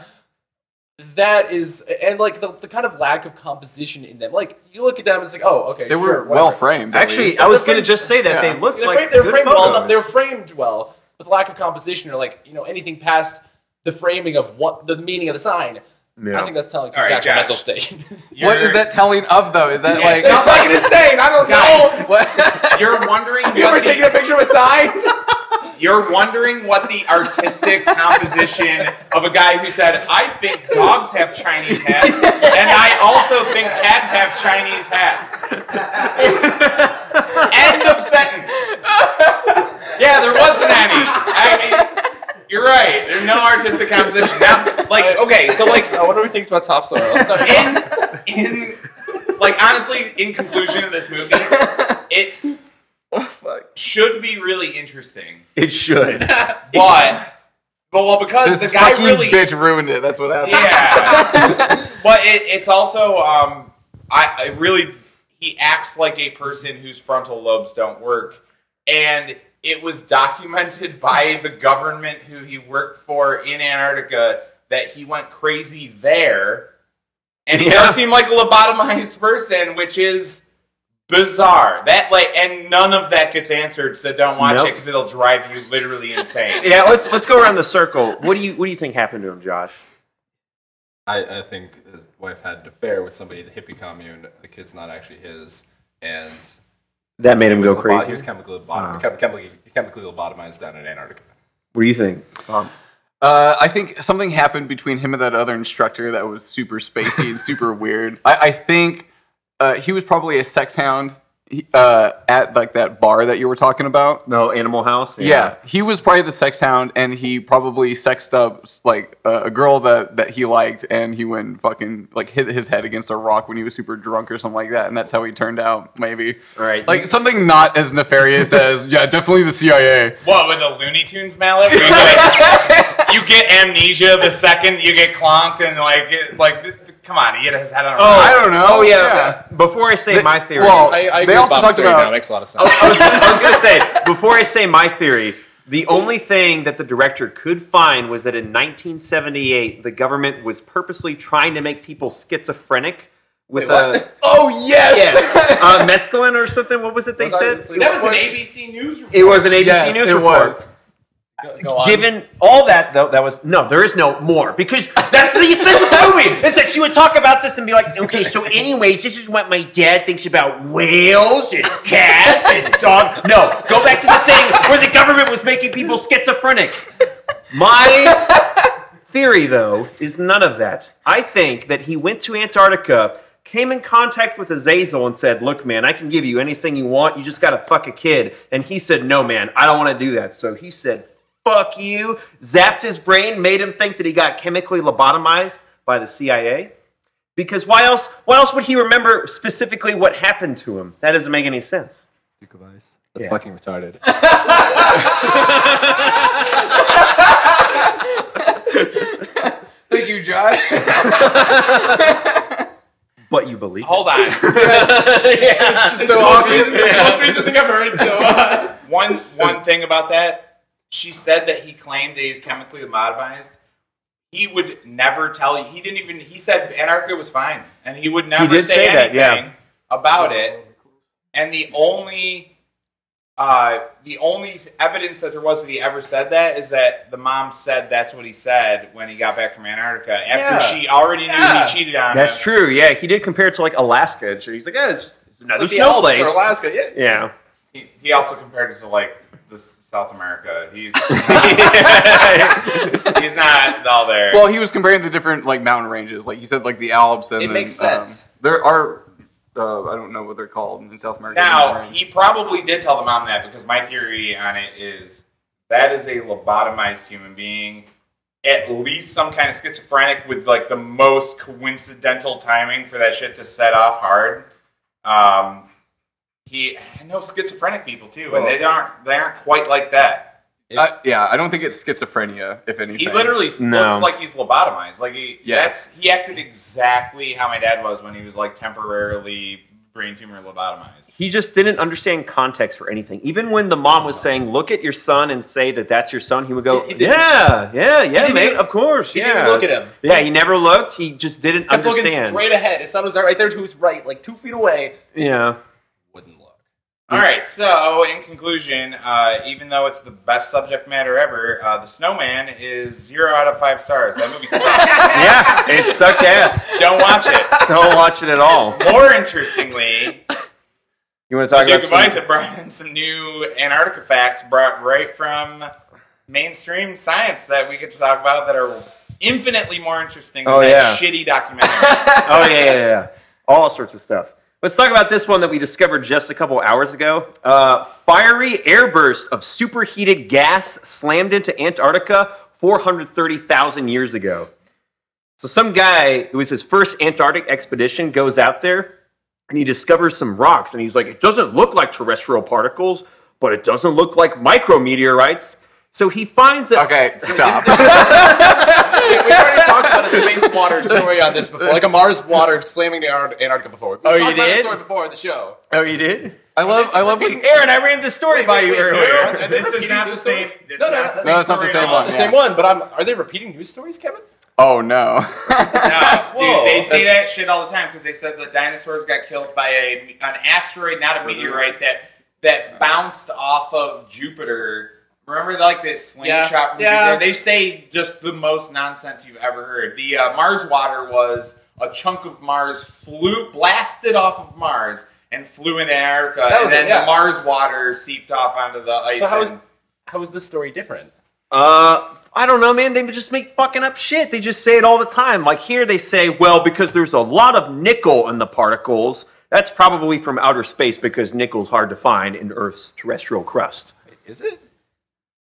[SPEAKER 1] That is, and like the, the kind of lack of composition in them. Like you look at them, it's like, oh, okay,
[SPEAKER 2] They
[SPEAKER 1] sure,
[SPEAKER 2] were
[SPEAKER 1] whatever.
[SPEAKER 2] well framed. at
[SPEAKER 4] Actually,
[SPEAKER 2] least.
[SPEAKER 4] I was
[SPEAKER 1] They're
[SPEAKER 4] gonna
[SPEAKER 1] framed-
[SPEAKER 4] just say that
[SPEAKER 2] yeah.
[SPEAKER 4] they looked
[SPEAKER 1] They're,
[SPEAKER 4] like
[SPEAKER 1] framed, they're
[SPEAKER 4] good
[SPEAKER 1] framed well.
[SPEAKER 4] photos.
[SPEAKER 1] They're framed well, with lack of composition or like you know anything past the framing of what the meaning of the sign. I think that's telling
[SPEAKER 3] All right,
[SPEAKER 1] exactly
[SPEAKER 3] Josh.
[SPEAKER 1] mental state.
[SPEAKER 2] What is that telling of though? Is that like
[SPEAKER 1] It's fucking insane. I don't know.
[SPEAKER 2] what?
[SPEAKER 3] You're wondering.
[SPEAKER 1] You ever
[SPEAKER 3] what
[SPEAKER 1] taking a
[SPEAKER 3] the,
[SPEAKER 1] picture of a sign?
[SPEAKER 3] you're wondering what the artistic composition of a guy who said, "I think dogs have Chinese hats, and I also think cats have Chinese hats." End of sentence. Yeah, there wasn't any. I mean, you're right. There's no artistic composition. Now, like, okay, so like
[SPEAKER 1] I wonder uh, what he thinks about topsoil. Sorry.
[SPEAKER 3] in in like honestly, in conclusion of this movie, it's should be really interesting,
[SPEAKER 4] It should.
[SPEAKER 3] but but well because
[SPEAKER 2] This
[SPEAKER 3] the guy
[SPEAKER 2] fucking
[SPEAKER 3] really
[SPEAKER 2] bitch ruined it. That's what happened.
[SPEAKER 3] yeah, but it, it's also um I, I really he acts like a person whose frontal lobes don't work, and it was documented by the government who he worked for in Antarctica that he went crazy there. And he
[SPEAKER 4] Yeah.
[SPEAKER 3] does seem like a lobotomized person, which is bizarre. That like, and none of that gets answered. So don't watch it
[SPEAKER 4] Nope.
[SPEAKER 3] because it'll drive you literally insane.
[SPEAKER 4] Yeah, let's let's go around the circle. What do you what do you think happened to him, Josh?
[SPEAKER 6] I, I think his wife had an affair with somebody at the hippie commune. The kid's not actually his, and
[SPEAKER 4] That made him
[SPEAKER 6] was
[SPEAKER 4] go
[SPEAKER 6] lobo- He was
[SPEAKER 4] crazy.
[SPEAKER 6] chemically, lobotom- chem- chemically, chemically lobotomized down in Antarctica.
[SPEAKER 4] What do you think?
[SPEAKER 2] Uh, I think something happened between him and that other instructor that was super spacey and super weird. I, I think uh, he was probably a sex hound he- uh, at like that bar that you were talking about.
[SPEAKER 4] No, Animal House.
[SPEAKER 2] Yeah, he was probably the sex hound, and he probably sexed up like a a girl that that he liked, and he went and fucking like hit his head against a rock when he was super drunk or something like that, and that's how he turned out. Maybe
[SPEAKER 4] All right.
[SPEAKER 2] like something not as nefarious as yeah, definitely the CIA.
[SPEAKER 3] What with a Looney Tunes mallet? You get, you get amnesia the second you get clonked, and like, it, like, th- th- come on, he hit his head on a rock.
[SPEAKER 2] I don't know.
[SPEAKER 4] Oh yeah.
[SPEAKER 2] Yeah.
[SPEAKER 4] Before I say my theory,
[SPEAKER 2] Well,
[SPEAKER 1] I, I
[SPEAKER 2] they
[SPEAKER 1] agree with
[SPEAKER 2] also
[SPEAKER 1] Bob's
[SPEAKER 2] talked
[SPEAKER 1] theory now. It
[SPEAKER 2] about
[SPEAKER 1] makes a lot of sense.
[SPEAKER 4] I was, I was gonna say before I say my theory, the only thing that the director could find was that in 1978, the government was purposely trying to make people schizophrenic with a
[SPEAKER 1] oh yes.
[SPEAKER 4] yes, uh, mescaline or something. What was it they
[SPEAKER 1] Was I-
[SPEAKER 4] said?
[SPEAKER 1] That was an
[SPEAKER 3] ABC News report.
[SPEAKER 4] It was an ABC
[SPEAKER 2] Yes,
[SPEAKER 4] News
[SPEAKER 2] it
[SPEAKER 4] report.
[SPEAKER 2] was.
[SPEAKER 1] Go, go on.
[SPEAKER 4] Given all that, though, that was no. There is no more because that's the thing with the movie is that she would talk about this and be like, "Okay, so anyways, this is what my dad thinks about whales and cats and dogs." No, go back to the thing where the government was making people schizophrenic. My theory, though, is none of that. I think that he went to Antarctica, came in contact with Azazel, and said, Look, man, I can give you anything you want. You just got to fuck a kid. And he said, No, man, I don't want to do that. So he said, Fuck you. Zapped his brain, made him think that he got chemically lobotomized by the CIA. Because why else? Why else would he remember specifically what happened to him? That doesn't make any sense.
[SPEAKER 6] Duke of Ice. That's
[SPEAKER 4] Yeah.
[SPEAKER 6] fucking retarded.
[SPEAKER 2] Thank you, Josh.
[SPEAKER 4] But you believe.
[SPEAKER 3] Hold on.
[SPEAKER 2] so obvious.
[SPEAKER 1] most recent thing I've heard. So uh,
[SPEAKER 3] One one thing about that, she said that he claimed that he was chemically lobotomized. He would never tell you. He didn't even. He said Antarctica was fine, and he would never
[SPEAKER 4] did
[SPEAKER 3] say,
[SPEAKER 4] say that,
[SPEAKER 3] anything
[SPEAKER 4] yeah.
[SPEAKER 3] about it. And the only, uh, the only evidence that there was that he ever said that is that the mom said that's what he said when he got back from Antarctica after
[SPEAKER 1] Yeah.
[SPEAKER 3] she already knew
[SPEAKER 1] Yeah.
[SPEAKER 3] he cheated on
[SPEAKER 4] That's
[SPEAKER 3] her.
[SPEAKER 4] true. Yeah, he did compare it to like Alaska. And shit. he's like, yeah, it's, it's another
[SPEAKER 1] Like the
[SPEAKER 4] snow
[SPEAKER 1] Alps or
[SPEAKER 4] place.
[SPEAKER 1] Alaska. Yeah.
[SPEAKER 4] Yeah.
[SPEAKER 3] He, he also compared it to like the S- South America. He's he's not all there.
[SPEAKER 2] Well, he was comparing the different like mountain ranges. Like he said, like the Alps. And
[SPEAKER 1] It
[SPEAKER 2] then,
[SPEAKER 1] makes sense.
[SPEAKER 2] Um, there are, uh, I don't know what they're called in South America.
[SPEAKER 3] Now,
[SPEAKER 2] Mountain range.
[SPEAKER 3] he probably did tell the mom that because my theory on it is that is a lobotomized human being, at least some kind of schizophrenic with like the most coincidental timing for that shit to set off hard. Um, he I know schizophrenic people too, and they aren't they aren't quite like that.
[SPEAKER 2] Uh, yeah, I don't think it's schizophrenia. If anything,
[SPEAKER 3] He literally
[SPEAKER 4] No.
[SPEAKER 3] looks like he's lobotomized. Like he
[SPEAKER 2] Yes.
[SPEAKER 3] that's he acted exactly how my dad was when he was like temporarily brain tumor lobotomized.
[SPEAKER 4] He just didn't understand context for anything. Even when the mom was saying, "Look at your son and say that that's your son," he would go,
[SPEAKER 1] He- he didn't-
[SPEAKER 4] "Yeah, yeah, yeah,
[SPEAKER 1] didn't
[SPEAKER 4] mate,
[SPEAKER 1] even-
[SPEAKER 4] of course."
[SPEAKER 1] he
[SPEAKER 4] yeah,
[SPEAKER 1] didn't even look at
[SPEAKER 4] It's-
[SPEAKER 1] him.
[SPEAKER 4] Yeah, he never looked. He just didn't
[SPEAKER 1] I'm looking
[SPEAKER 4] understand.
[SPEAKER 1] straight ahead. His son was not right there to his right, like two feet away.
[SPEAKER 4] Yeah.
[SPEAKER 6] Wouldn't look.
[SPEAKER 3] All right. So, in conclusion, uh, even though it's the best subject matter ever, uh, The Snowman is zero out of five stars. That movie sucks.
[SPEAKER 4] yeah, it sucked ass.
[SPEAKER 3] Don't watch it.
[SPEAKER 4] Don't watch it at all.
[SPEAKER 3] More interestingly,
[SPEAKER 4] You want to talk
[SPEAKER 3] Duke
[SPEAKER 4] about
[SPEAKER 3] of Ice
[SPEAKER 4] some,
[SPEAKER 3] have brought in some new Antarctica facts brought right from mainstream science that we get to talk about that are infinitely more interesting than
[SPEAKER 4] Oh,
[SPEAKER 3] that shitty documentary.
[SPEAKER 4] Oh yeah, yeah, yeah, yeah. All sorts of stuff. Let's talk about this one that we discovered just a couple hours ago. Uh, fiery airburst of superheated gas slammed into Antarctica 430,000 years ago. So some guy, it was his first Antarctic expedition, goes out there and he discovers some rocks and he's like, it doesn't look like terrestrial particles, but it doesn't look like micrometeorites. So he finds that
[SPEAKER 2] Okay, stop.
[SPEAKER 1] We've already talked about a space water story on this before, like a Mars water slamming the Ar- Antarctica before. We've oh,
[SPEAKER 4] you
[SPEAKER 1] talked About
[SPEAKER 4] did?
[SPEAKER 1] this story before on the show.
[SPEAKER 4] oh, you did.
[SPEAKER 2] I love, I love when.
[SPEAKER 4] Aaron, I ran this story by you earlier.
[SPEAKER 1] Are they
[SPEAKER 3] this is
[SPEAKER 1] repeating
[SPEAKER 3] not the
[SPEAKER 1] news
[SPEAKER 3] same.
[SPEAKER 1] stories?
[SPEAKER 3] this
[SPEAKER 1] No,
[SPEAKER 3] is
[SPEAKER 1] no,
[SPEAKER 3] not
[SPEAKER 1] no.
[SPEAKER 3] the
[SPEAKER 2] No, it's not the
[SPEAKER 3] story at
[SPEAKER 2] same
[SPEAKER 3] all.
[SPEAKER 2] one.
[SPEAKER 1] The same one, but I'm, are they repeating news stories, Kevin?
[SPEAKER 2] Oh no.
[SPEAKER 3] No, dude,
[SPEAKER 1] Whoa.
[SPEAKER 3] they say
[SPEAKER 1] That's-
[SPEAKER 3] that shit all the time because they said the dinosaurs got killed by a, an asteroid, not a meteorite that that bounced off of Jupiter. Remember, like this slingshot
[SPEAKER 1] Yeah.
[SPEAKER 3] from
[SPEAKER 1] Yeah.
[SPEAKER 3] Jupiter. They say just the most nonsense you've ever heard. The uh, Mars water was a chunk of Mars flew blasted off of Mars and flew into Antarctica,
[SPEAKER 1] That was
[SPEAKER 3] and
[SPEAKER 1] it,
[SPEAKER 3] then
[SPEAKER 1] yeah.
[SPEAKER 3] the Mars water seeped off onto the ice.
[SPEAKER 1] So how is
[SPEAKER 3] and-
[SPEAKER 1] how is this story different?
[SPEAKER 4] Uh, I don't know, man. They just make fucking up shit. They just say it all the time. Like here, they say, well, because there's a lot of nickel in the particles. That's probably from outer space because nickel's hard to find in Earth's terrestrial crust.
[SPEAKER 1] Is it?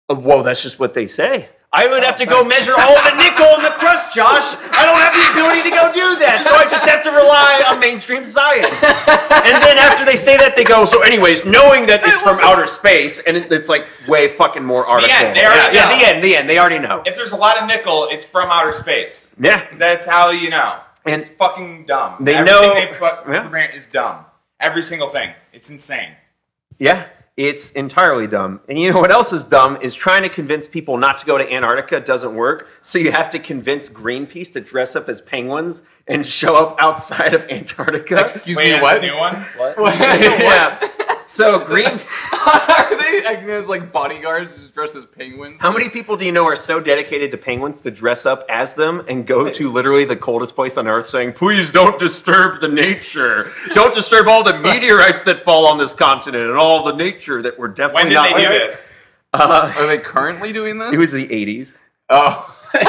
[SPEAKER 4] Uh, Well, that's just what they say. I would have to go measure all the nickel in the crust, Josh. I don't have the ability to go do that, so I just have to rely on mainstream science. and then after they say that, they go. So, anyways, knowing that it's from outer space, and it- it's like way fucking more article.
[SPEAKER 3] end, they
[SPEAKER 4] yeah,
[SPEAKER 3] already
[SPEAKER 4] yeah,
[SPEAKER 3] know.
[SPEAKER 4] the end. The end. They already know.
[SPEAKER 3] if there's a lot of nickel, it's from outer space.
[SPEAKER 4] Yeah.
[SPEAKER 3] That's how you know.
[SPEAKER 4] And-
[SPEAKER 3] it's fucking dumb.
[SPEAKER 4] They
[SPEAKER 3] Everything
[SPEAKER 4] know-
[SPEAKER 3] they put
[SPEAKER 4] yeah.
[SPEAKER 3] Grant is dumb. Every single thing. It's insane.
[SPEAKER 4] Yeah, it's entirely dumb. And you know what else is dumb is trying to convince people not to go to Antarctica doesn't work. So you have to convince Greenpeace to dress up as penguins and show up outside of Antarctica.
[SPEAKER 2] Excuse
[SPEAKER 3] Wait,
[SPEAKER 2] me,
[SPEAKER 3] that's
[SPEAKER 2] what?
[SPEAKER 3] a new one.
[SPEAKER 4] yeah. So Green,
[SPEAKER 2] Are they acting as like bodyguards just dressed as penguins?
[SPEAKER 4] how many people do you know are so dedicated to penguins to dress up as them and go to literally the coldest place on earth saying, "Please don't disturb the nature. Don't disturb all the meteorites that fall on this continent and all the nature that we're definitely
[SPEAKER 3] When did
[SPEAKER 4] not
[SPEAKER 3] they do
[SPEAKER 4] living."
[SPEAKER 3] this?
[SPEAKER 2] Are they currently doing this?
[SPEAKER 4] It was the 80s.
[SPEAKER 2] oh.
[SPEAKER 3] And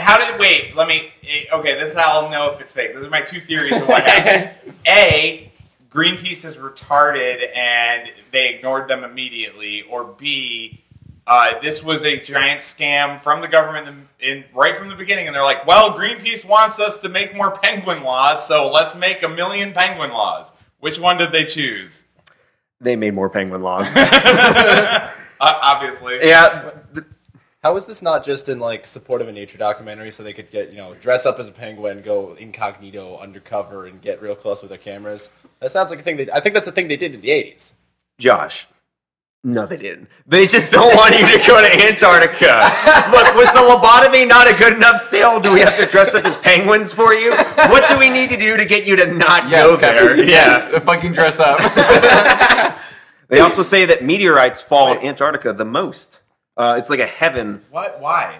[SPEAKER 3] how did wait, let me eh, okay, this is how I'll know if it's fake. Those are my two theories of what happened. A Greenpeace is retarded and they ignored them immediately, or B uh, this was a giant scam from the government in, in, right from the beginning, and they're like, "Well, Greenpeace wants us to make more penguin laws, so let's make a million penguin laws." Which one did they choose?
[SPEAKER 4] They made more penguin laws.
[SPEAKER 3] uh, obviously,
[SPEAKER 4] Yeah,
[SPEAKER 1] How is this not just in like support of a nature documentary so they could get you know dress up as a penguin, go incognito, undercover, and get real close with their cameras? That sounds like a thing. They, I think that's a thing they did in the eighties.
[SPEAKER 4] Josh. No, they didn't. They just don't want you to go to Antarctica. Look, was the lobotomy not a good enough sale? Do we have to dress up as penguins for you? What do we need to do to get you to not go
[SPEAKER 2] Yes,
[SPEAKER 4] there?
[SPEAKER 2] Kevin.
[SPEAKER 4] Yeah.
[SPEAKER 2] Yes. Fucking dress up.
[SPEAKER 4] They also say that meteorites fall in Antarctica the most. Uh, it's like a heaven.
[SPEAKER 3] what? Why?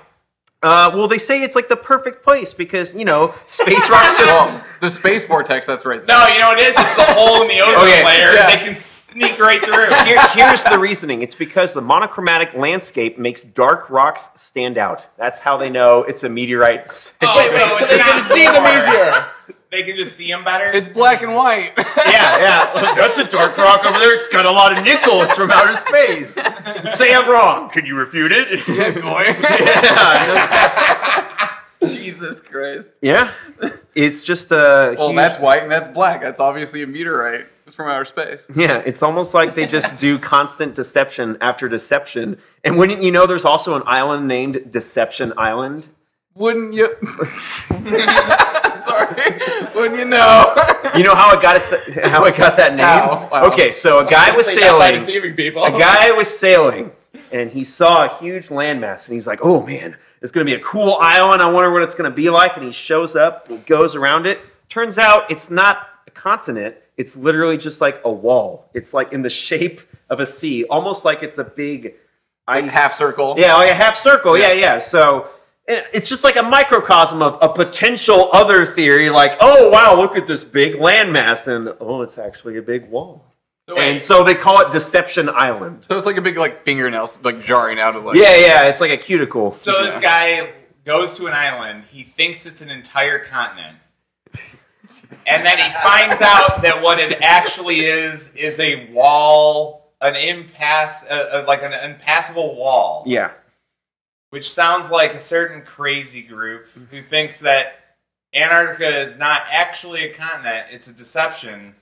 [SPEAKER 4] Uh, well, they say it's like the perfect place because you know space rocks just
[SPEAKER 2] well, the space vortex that's right there.
[SPEAKER 3] No, you know what it is? It's the hole in the ozone
[SPEAKER 4] Okay,
[SPEAKER 3] layer.
[SPEAKER 2] yeah.
[SPEAKER 3] They can sneak right through.
[SPEAKER 4] Here, here's the reasoning. It's because the monochromatic landscape makes dark rocks stand out. That's how they know it's a meteorite.
[SPEAKER 3] Oh,
[SPEAKER 1] Wait, wait, so,
[SPEAKER 3] it's
[SPEAKER 1] they
[SPEAKER 3] not
[SPEAKER 1] can see them
[SPEAKER 3] far.
[SPEAKER 1] easier.
[SPEAKER 3] They can just see them better.
[SPEAKER 2] It's black and white.
[SPEAKER 4] yeah, yeah. That's a dark rock over there. It's got a lot of nickel. It's from outer space. Say I'm wrong. Could you refute it?
[SPEAKER 2] yeah, boy.
[SPEAKER 4] yeah.
[SPEAKER 2] Jesus Christ.
[SPEAKER 4] Yeah. It's just a.
[SPEAKER 2] Well,
[SPEAKER 4] huge-
[SPEAKER 2] that's white and that's black. That's obviously a meteorite. It's from outer space.
[SPEAKER 4] Yeah, it's almost like they just do constant deception after deception. And wouldn't you know there's also an island named Deception Island?
[SPEAKER 2] Wouldn't you? Sorry. Wouldn't you know?
[SPEAKER 4] You know how it got its how it got that name?
[SPEAKER 2] How? Wow.
[SPEAKER 4] Okay, so a guy was
[SPEAKER 1] Definitely not by
[SPEAKER 4] sailing.
[SPEAKER 1] deceiving people.
[SPEAKER 4] a guy was sailing and he saw a huge landmass and he's like, oh man, it's gonna be a cool island. I wonder what it's gonna be like. And he shows up, and goes around it. Turns out it's not a continent, It's literally just like a wall. It's like in the shape of a C, almost like it's a big ice-
[SPEAKER 2] half circle?
[SPEAKER 4] Yeah, like a half circle. Yeah, yeah. So eh, it's just like a microcosm of a potential other theory. Like, oh wow, look at this big landmass, and oh, it's actually a big wall. and so they call it Deception Island.
[SPEAKER 2] So it's like a big like fingernail like jarring out of like
[SPEAKER 4] Yeah, yeah, it's like a cuticle.
[SPEAKER 3] So this guy goes to an island. He thinks it's an entire continent. And then he finds out that what it actually is is a wall, an impass, uh, uh, like an impassable wall,
[SPEAKER 4] yeah.
[SPEAKER 3] which sounds like a certain crazy group who thinks that Antarctica is not actually a continent; it's a deception,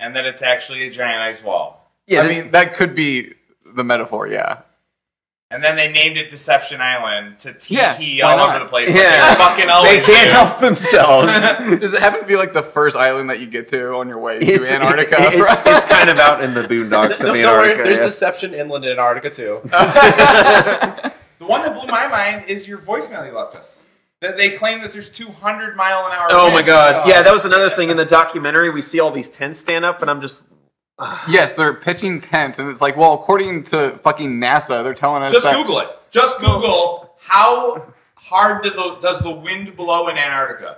[SPEAKER 3] and that it's actually a giant ice wall.
[SPEAKER 4] Yeah,
[SPEAKER 2] I
[SPEAKER 4] th-
[SPEAKER 2] mean that could be the metaphor, yeah.
[SPEAKER 3] And then they named it Deception Island to tee
[SPEAKER 2] Yeah, why
[SPEAKER 3] all
[SPEAKER 2] not?
[SPEAKER 3] over the place.
[SPEAKER 4] Yeah.
[SPEAKER 3] like they fucking always
[SPEAKER 4] they can't
[SPEAKER 3] do.
[SPEAKER 4] help themselves.
[SPEAKER 2] Does it happen to be like the first island that you get to on your way to
[SPEAKER 4] It's-
[SPEAKER 2] Antarctica?
[SPEAKER 4] it- it's, it's kind of out in the boondocks
[SPEAKER 1] don't,
[SPEAKER 4] of
[SPEAKER 1] don't worry,
[SPEAKER 4] Antarctica.
[SPEAKER 1] there's
[SPEAKER 4] yeah.
[SPEAKER 1] deception inland in Antarctica too.
[SPEAKER 3] The one that blew my mind is your voicemail you left us. That they claim that there's 200 mile an hour.
[SPEAKER 4] Oh my
[SPEAKER 3] winds.
[SPEAKER 4] god! Yeah, that was another thing in the documentary. We see all these tents stand up, and I'm just
[SPEAKER 2] yes, they're pitching tents, and it's like, well, according to fucking NASA, they're telling us
[SPEAKER 3] Just
[SPEAKER 2] that
[SPEAKER 3] Google it. Just Google how hard do the, does the wind blow in Antarctica?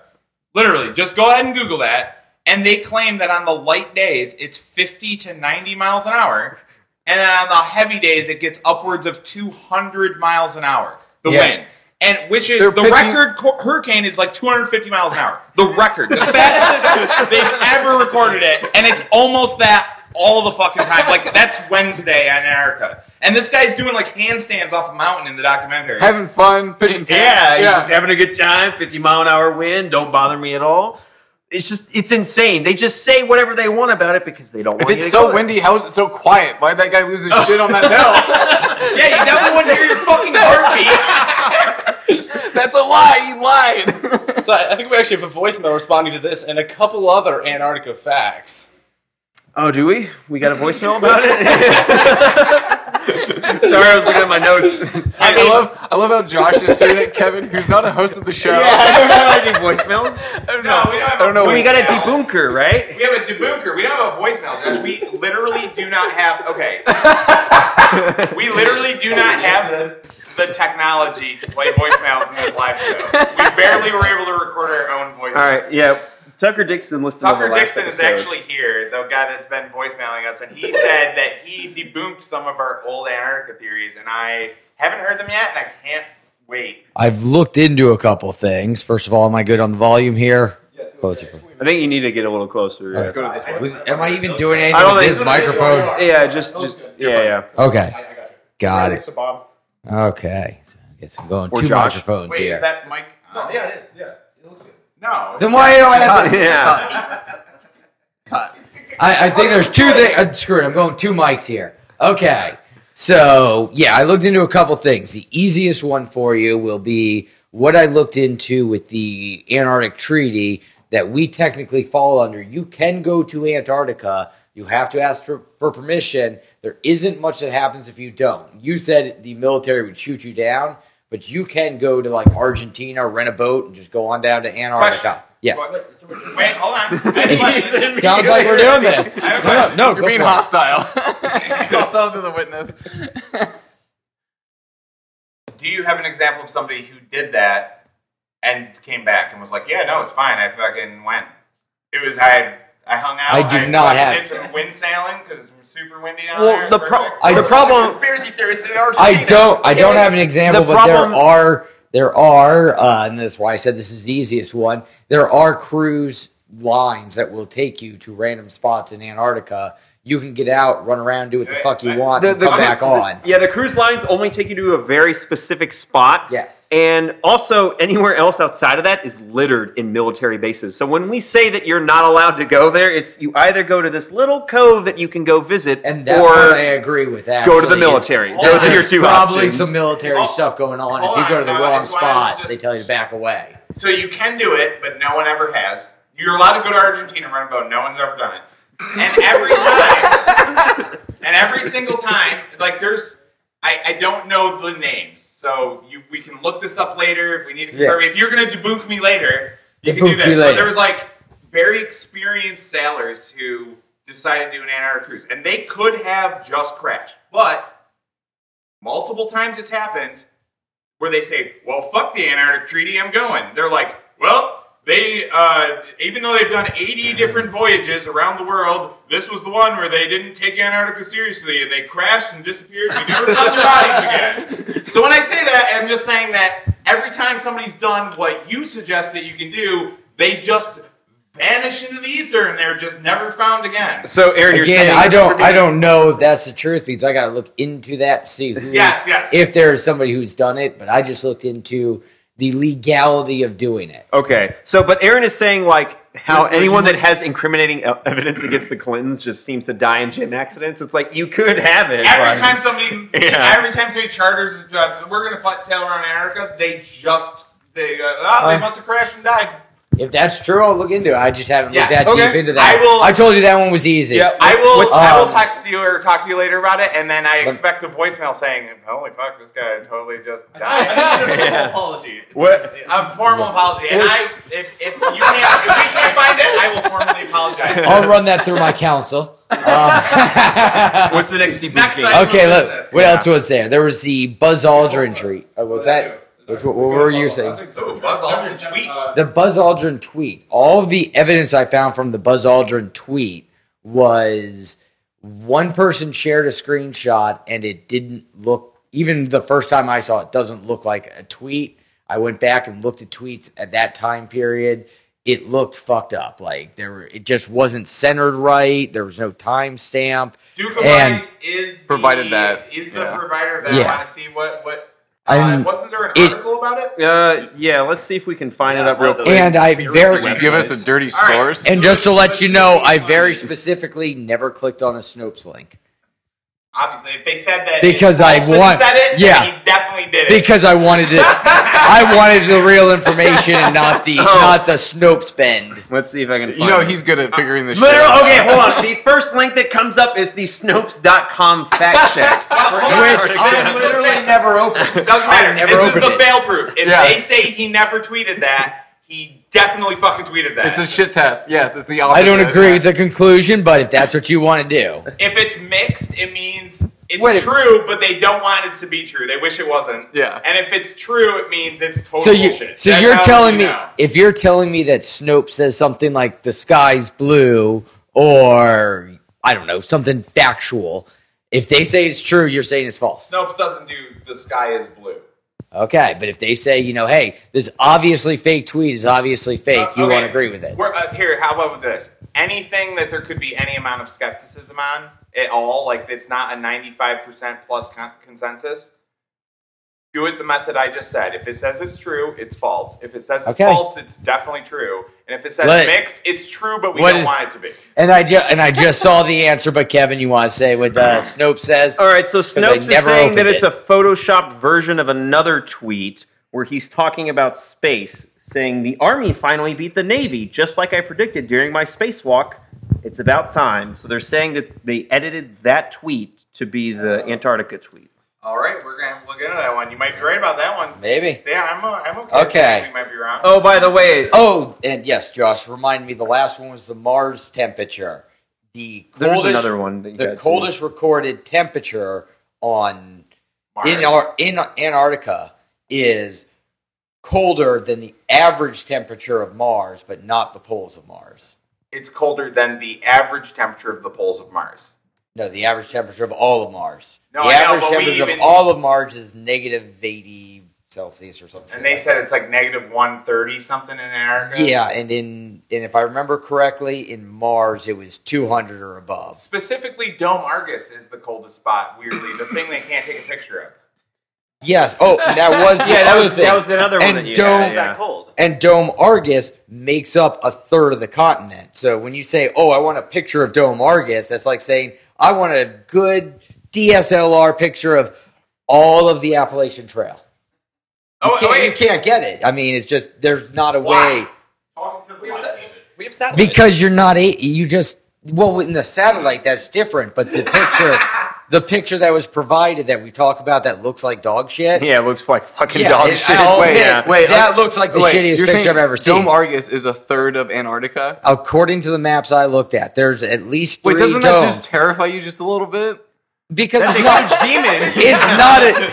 [SPEAKER 3] Literally, just go ahead and Google that. And they claim that on the light days it's 50 to 90 miles an hour, and then on the heavy days it gets upwards of 200 miles an hour. The
[SPEAKER 4] Yeah.
[SPEAKER 3] wind. And which is
[SPEAKER 2] They're
[SPEAKER 3] the
[SPEAKER 2] pitching-
[SPEAKER 3] record co- hurricane is like 250 miles an hour. The record, the fastest they've ever recorded it, and it's almost that all the fucking time. Like that's Wednesday in Antarctica, and this guy's doing like handstands off a mountain in the documentary.
[SPEAKER 2] having fun pitching tents.
[SPEAKER 4] yeah, he's just having a good time. 50 mile an hour wind. Don't bother me at all. It's just it's insane. They just say whatever they want about it because they don't.
[SPEAKER 2] if
[SPEAKER 4] want you
[SPEAKER 2] it's
[SPEAKER 4] to
[SPEAKER 2] so
[SPEAKER 4] go there.
[SPEAKER 2] windy, how is it so quiet? Why would that guy lose his shit on that
[SPEAKER 3] Yeah, you definitely wouldn't hear your fucking heartbeat.
[SPEAKER 2] hill? That's a lie. He lied.
[SPEAKER 1] so I I think we actually have a voicemail responding to this and a couple other Antarctica facts.
[SPEAKER 4] Oh, do we? We got a voicemail about it. Sorry, I was looking at my notes.
[SPEAKER 2] I, love I love how Josh is staring at Kevin, who's not a host of the show.
[SPEAKER 4] I don't have any voicemail.
[SPEAKER 2] I don't
[SPEAKER 3] No,
[SPEAKER 2] know.
[SPEAKER 3] we don't have
[SPEAKER 2] I don't
[SPEAKER 3] a-
[SPEAKER 2] know.
[SPEAKER 4] Oh, We
[SPEAKER 2] what-
[SPEAKER 4] got a debunker, right?
[SPEAKER 3] We have a debunker. We don't have a voicemail, Josh. We literally do not have. Okay. we literally do not have the technology to play voicemails in this live show. We barely were able to record our own voices.
[SPEAKER 4] All right, yeah. Tucker Dixon listened to
[SPEAKER 3] Tucker
[SPEAKER 4] the last
[SPEAKER 3] Dixon is
[SPEAKER 4] episode.
[SPEAKER 3] actually here, the guy that's been voicemailing us, and he said that he debunked some of our old Antarctica theories, and I haven't heard them yet, and I can't wait.
[SPEAKER 7] I've looked into a couple things. First of all, am I good on the volume here? Closer.
[SPEAKER 4] I think you need to get a little closer. Yeah,
[SPEAKER 2] Go to this one.
[SPEAKER 7] With, am I even doing
[SPEAKER 4] I
[SPEAKER 7] anything
[SPEAKER 4] don't
[SPEAKER 7] with
[SPEAKER 4] think-
[SPEAKER 7] this microphone?
[SPEAKER 4] yeah just,
[SPEAKER 3] Oh,
[SPEAKER 4] just yeah, yeah.
[SPEAKER 7] Okay, got it.
[SPEAKER 6] Bob.
[SPEAKER 7] Okay, so I guess I'm going
[SPEAKER 4] Or
[SPEAKER 7] two
[SPEAKER 4] Josh.
[SPEAKER 7] microphones
[SPEAKER 3] Wait,
[SPEAKER 7] here.
[SPEAKER 3] is that Mike? on?
[SPEAKER 6] Yeah, it is. Yeah, it looks good.
[SPEAKER 3] No.
[SPEAKER 7] then why do I have to?
[SPEAKER 4] yeah.
[SPEAKER 7] I, I think there's two things. Uh, screw it. I'm going two mics here. Okay. So, yeah, I looked into a couple things. The easiest one for you will be what I looked into with the Antarctic Treaty that we technically fall under. You can go to Antarctica. You have to ask for, for permission. There isn't much that happens if you don't. You said the military would shoot you down, but you can go to like Argentina, rent a boat, and just go on down to Antarctica.
[SPEAKER 3] Question.
[SPEAKER 7] Yes.
[SPEAKER 3] Wait, hold on. I have a question.
[SPEAKER 7] Sounds like we're doing this.
[SPEAKER 3] I have a
[SPEAKER 7] No, no,
[SPEAKER 3] question.
[SPEAKER 7] no,
[SPEAKER 2] You're
[SPEAKER 7] go
[SPEAKER 2] being
[SPEAKER 7] for it.
[SPEAKER 2] hostile. hostile to the witness.
[SPEAKER 3] Do you have an example of somebody who did that and came back and was like, "Yeah, no, it's fine. I fucking went. It was I. I hung out.
[SPEAKER 7] I do not
[SPEAKER 3] fucking
[SPEAKER 7] have-
[SPEAKER 3] did some wind sailing because it was super windy down
[SPEAKER 4] Well,
[SPEAKER 3] there.
[SPEAKER 4] the
[SPEAKER 3] It's
[SPEAKER 4] pro-
[SPEAKER 3] perfect.
[SPEAKER 7] I-
[SPEAKER 4] the problem
[SPEAKER 3] conspiracy theorists in Argentina.
[SPEAKER 7] I don't. I don't have an example,
[SPEAKER 4] The
[SPEAKER 7] but there
[SPEAKER 4] problem-
[SPEAKER 7] are there are, uh, and that's why I said this is the easiest one. There are cruise lines that will take you to random spots in Antarctica. You can get out, run around, do what the fuck you want, and come
[SPEAKER 4] cru-
[SPEAKER 7] back on.
[SPEAKER 4] yeah, the cruise lines only take you to a very specific spot.
[SPEAKER 7] Yes.
[SPEAKER 4] And also, anywhere else outside of that is littered in military bases. So when we say that you're not allowed to go there, it's you either go to this little cove that you can go visit,
[SPEAKER 7] And that
[SPEAKER 4] or
[SPEAKER 7] part I agree with. Actually,
[SPEAKER 4] go to the military.
[SPEAKER 7] is-
[SPEAKER 4] Those are your
[SPEAKER 7] there's
[SPEAKER 4] two
[SPEAKER 7] probably
[SPEAKER 4] options.
[SPEAKER 7] some military
[SPEAKER 3] Hold-
[SPEAKER 7] stuff going on. If
[SPEAKER 3] hold
[SPEAKER 7] you go to the
[SPEAKER 3] on,
[SPEAKER 7] wrong
[SPEAKER 3] that's why I was
[SPEAKER 7] spot,
[SPEAKER 3] just-
[SPEAKER 7] they tell you to back away.
[SPEAKER 3] So you can do it, but no one ever has. You're allowed to go to Argentina and run a boat. No one's ever done it. And every time, and every single time, like there's, I, I don't know the names, so you we can look this up later if we need to confirm. If you're gonna debunk me later, you can do
[SPEAKER 7] Debunk
[SPEAKER 3] this.
[SPEAKER 7] me
[SPEAKER 3] But
[SPEAKER 7] later.
[SPEAKER 3] there was like very experienced sailors who decided to do an Antarctic cruise, and they could have just crashed. But multiple times it's happened where they say, "Well, fuck the Antarctic Treaty, I'm going." They're like, "Well." They, uh, even though they've done 80 different voyages around the world, this was the one where they didn't take Antarctica seriously and they crashed and disappeared. and You never found their bodies again. So when I say that, I'm just saying that every time somebody's done what you suggest that you can do, they just vanish into the ether and they're just never found again.
[SPEAKER 2] So Aaron, you're
[SPEAKER 7] Again,
[SPEAKER 2] saying
[SPEAKER 7] I don't I don't know if that's the truth because I got to look into that to see who,
[SPEAKER 3] Yes, yes.
[SPEAKER 7] if there is somebody who's done it. But I just looked into the legality of doing it.
[SPEAKER 4] Okay. So, but Aaron is saying like how
[SPEAKER 2] Wait, wait,
[SPEAKER 4] anyone
[SPEAKER 2] you-
[SPEAKER 4] that has incriminating e- evidence against the Clintons just seems to die in gym accidents. It's like you could have it.
[SPEAKER 3] Every
[SPEAKER 4] but-
[SPEAKER 3] time somebody,
[SPEAKER 4] Yeah.
[SPEAKER 3] every time somebody charters, uh, we're gonna fly, sail around Antarctica. They just, they, uh, oh, they must have crashed and died.
[SPEAKER 7] If that's true, I'll look into it. I just haven't looked
[SPEAKER 3] Yes,
[SPEAKER 7] that
[SPEAKER 3] okay.
[SPEAKER 7] deep into that.
[SPEAKER 3] I will-
[SPEAKER 7] I told you that one was easy.
[SPEAKER 2] Yeah.
[SPEAKER 3] I will,
[SPEAKER 2] What's-
[SPEAKER 3] I will
[SPEAKER 7] um,
[SPEAKER 3] text you or talk to you later about it, and then I expect a voicemail saying, "Holy fuck, this guy totally just died."
[SPEAKER 4] Yeah.
[SPEAKER 3] apology.
[SPEAKER 4] What?
[SPEAKER 3] A formal apology, and I,
[SPEAKER 4] It's-
[SPEAKER 3] if, if you can't, if we can't find it, I will formally apologize.
[SPEAKER 7] I'll run that through my counsel. Um,
[SPEAKER 4] What's the next deep
[SPEAKER 3] Next
[SPEAKER 4] game?
[SPEAKER 3] time.
[SPEAKER 7] okay, look.
[SPEAKER 3] business,
[SPEAKER 7] What
[SPEAKER 3] yeah.
[SPEAKER 7] else was there? There was the Buzz Aldrin tweet. Uh, what's that? Which, what, what were you saying?
[SPEAKER 3] Ooh, Buzz Aldrin tweet.
[SPEAKER 7] The Buzz Aldrin tweet. All of the evidence I found from the Buzz Aldrin tweet was one person shared a screenshot and it didn't look, even the first time I saw it, doesn't look like a tweet. I went back and looked at tweets at that time period. It looked fucked up. Like there were, it just wasn't centered right. There was no timestamp.
[SPEAKER 3] Duke of
[SPEAKER 7] And-
[SPEAKER 3] Ice is the,
[SPEAKER 2] Provided that,
[SPEAKER 3] is the
[SPEAKER 2] yeah.
[SPEAKER 3] provider of that.
[SPEAKER 7] Yeah.
[SPEAKER 3] I want to see what what. Uh,
[SPEAKER 7] I'm-
[SPEAKER 3] wasn't there an
[SPEAKER 7] it-
[SPEAKER 3] article about it?
[SPEAKER 4] Uh, yeah, let's see if we can find it up real quick.
[SPEAKER 7] And I very,
[SPEAKER 2] you give us a dirty
[SPEAKER 3] All right.
[SPEAKER 2] source.
[SPEAKER 7] and just to let you know, I very specifically never clicked on a Snopes link.
[SPEAKER 3] Obviously, if they said that
[SPEAKER 7] Because I
[SPEAKER 3] Olsen
[SPEAKER 7] want-
[SPEAKER 3] said it, then
[SPEAKER 7] yeah.
[SPEAKER 3] he definitely did it.
[SPEAKER 7] because I wanted it. I wanted the real information and not
[SPEAKER 3] Oh.
[SPEAKER 7] the not the Snopes bend.
[SPEAKER 4] Let's see if I can. Find
[SPEAKER 2] You know
[SPEAKER 4] it.
[SPEAKER 2] he's good at figuring this. shit
[SPEAKER 4] Literal.
[SPEAKER 2] out.
[SPEAKER 4] Okay, hold on. The first link that comes up is the Snopes.com fact check.
[SPEAKER 7] Which I literally never opened.
[SPEAKER 3] Doesn't matter.
[SPEAKER 7] I never
[SPEAKER 3] this is
[SPEAKER 7] opened
[SPEAKER 3] the
[SPEAKER 7] it.
[SPEAKER 3] fail proof. If
[SPEAKER 2] Yeah.
[SPEAKER 3] they say he never tweeted that, he definitely fucking tweeted
[SPEAKER 2] It's
[SPEAKER 3] that.
[SPEAKER 2] a shit test. Yes, it's the opposite.
[SPEAKER 7] I don't agree with the conclusion, but if that's what you want to do,
[SPEAKER 3] if it's mixed, it means it's
[SPEAKER 7] Wait a-
[SPEAKER 3] true, but they don't want it to be true. They wish it wasn't.
[SPEAKER 2] Yeah.
[SPEAKER 3] And if it's true, it means it's total
[SPEAKER 7] so you
[SPEAKER 3] bullshit.
[SPEAKER 7] so
[SPEAKER 3] That's
[SPEAKER 7] you're
[SPEAKER 3] how
[SPEAKER 7] telling
[SPEAKER 3] you
[SPEAKER 7] me
[SPEAKER 3] know.
[SPEAKER 7] if you're telling me that Snopes says something like the sky's blue or I don't know something factual. If they say it's true, you're saying it's false.
[SPEAKER 3] Snopes doesn't do the sky is blue.
[SPEAKER 7] Okay, but if they say, you know, hey, this obviously fake tweet is obviously fake, you
[SPEAKER 3] Okay.
[SPEAKER 7] won't agree with it.
[SPEAKER 3] We're, uh, here, how about with this? Anything that there could be any amount of skepticism on at all, like it's not a 95% plus con- consensus, do it the method I just said. If it says it's true, it's false. If it says it's
[SPEAKER 7] Okay.
[SPEAKER 3] false, it's definitely true. And if it says
[SPEAKER 7] Let-
[SPEAKER 3] mixed, it's true, but we
[SPEAKER 7] What
[SPEAKER 3] don't
[SPEAKER 7] is-
[SPEAKER 3] want it to be.
[SPEAKER 7] And I ju- and I just saw the answer, but Kevin, you want to say what uh, Snopes says?
[SPEAKER 4] All right, so Snopes is
[SPEAKER 7] never
[SPEAKER 4] saying that
[SPEAKER 7] opened
[SPEAKER 4] it's
[SPEAKER 7] it.
[SPEAKER 4] a photoshopped version of another tweet where he's talking about space, saying the army finally beat the navy, just like I predicted during my spacewalk. It's about time. So they're saying that they edited that tweet to be the Antarctica tweet.
[SPEAKER 3] All right, we're gonna have to look into that one. You might be right about that one.
[SPEAKER 7] Maybe.
[SPEAKER 3] Yeah, I'm, uh, I'm okay. with
[SPEAKER 7] Okay.
[SPEAKER 3] that. We might be wrong.
[SPEAKER 4] Oh, by the way,
[SPEAKER 7] Oh, and yes, Josh, remind me. The last one was the Mars temperature. The
[SPEAKER 4] there's
[SPEAKER 7] coldest,
[SPEAKER 4] another one. That you
[SPEAKER 7] The
[SPEAKER 4] had, too.
[SPEAKER 7] coldest recorded temperature on in
[SPEAKER 3] Mars.
[SPEAKER 7] our in Antarctica is colder than the average temperature of Mars, but not the poles of Mars.
[SPEAKER 3] it's colder than the average temperature of the poles of Mars.
[SPEAKER 7] No, the average temperature of all of Mars.
[SPEAKER 3] No,
[SPEAKER 7] the
[SPEAKER 3] I know,
[SPEAKER 7] average
[SPEAKER 3] but we
[SPEAKER 7] temperature
[SPEAKER 3] even-
[SPEAKER 7] of all of Mars is negative eighty Celsius or something.
[SPEAKER 3] And they
[SPEAKER 7] like
[SPEAKER 3] said it's like negative 130 something in Antarctica.
[SPEAKER 7] Yeah, and in and if I remember correctly, in Mars it was 200 or above.
[SPEAKER 3] Specifically, Dome Argus is the coldest spot, weirdly, the thing they can't take a picture of.
[SPEAKER 7] Yes. Oh, and that was the
[SPEAKER 4] yeah, that
[SPEAKER 7] other
[SPEAKER 4] was
[SPEAKER 7] thing.
[SPEAKER 4] that was another one
[SPEAKER 7] And
[SPEAKER 4] that you
[SPEAKER 7] don't-
[SPEAKER 4] had. yeah.
[SPEAKER 5] cold.
[SPEAKER 7] and Dome Argus makes up a third of the continent. So when you say, "Oh, I want a picture of Dome Argus," that's like saying, "I want a good DSLR picture of all of the Appalachian Trail." You,
[SPEAKER 3] Oh,
[SPEAKER 7] can't,
[SPEAKER 3] wait.
[SPEAKER 7] you can't get it. I mean, it's just there's not a
[SPEAKER 3] Why?
[SPEAKER 7] way
[SPEAKER 3] Talking to the light.
[SPEAKER 5] We have satellites.
[SPEAKER 7] because you're not a you just well in the satellite that's different, but the picture the picture that was provided that we talk about that looks like dog shit.
[SPEAKER 4] Yeah, it looks like fucking
[SPEAKER 7] Yeah,
[SPEAKER 4] dog
[SPEAKER 7] it- Oh,
[SPEAKER 4] shit.
[SPEAKER 7] I'll
[SPEAKER 2] Wait,
[SPEAKER 7] admit,
[SPEAKER 2] wait,
[SPEAKER 7] that
[SPEAKER 2] uh,
[SPEAKER 7] looks like the
[SPEAKER 2] wait,
[SPEAKER 7] shittiest
[SPEAKER 2] you're
[SPEAKER 7] picture
[SPEAKER 2] saying
[SPEAKER 7] I've ever seen.
[SPEAKER 2] Dome Argus is a third of Antarctica.
[SPEAKER 7] According to the maps I looked at, there's at least three
[SPEAKER 2] Wait, doesn't that
[SPEAKER 7] domes.
[SPEAKER 2] just terrify you just a little bit?
[SPEAKER 7] because it's
[SPEAKER 4] That's
[SPEAKER 7] not,
[SPEAKER 4] a huge demon.
[SPEAKER 7] it's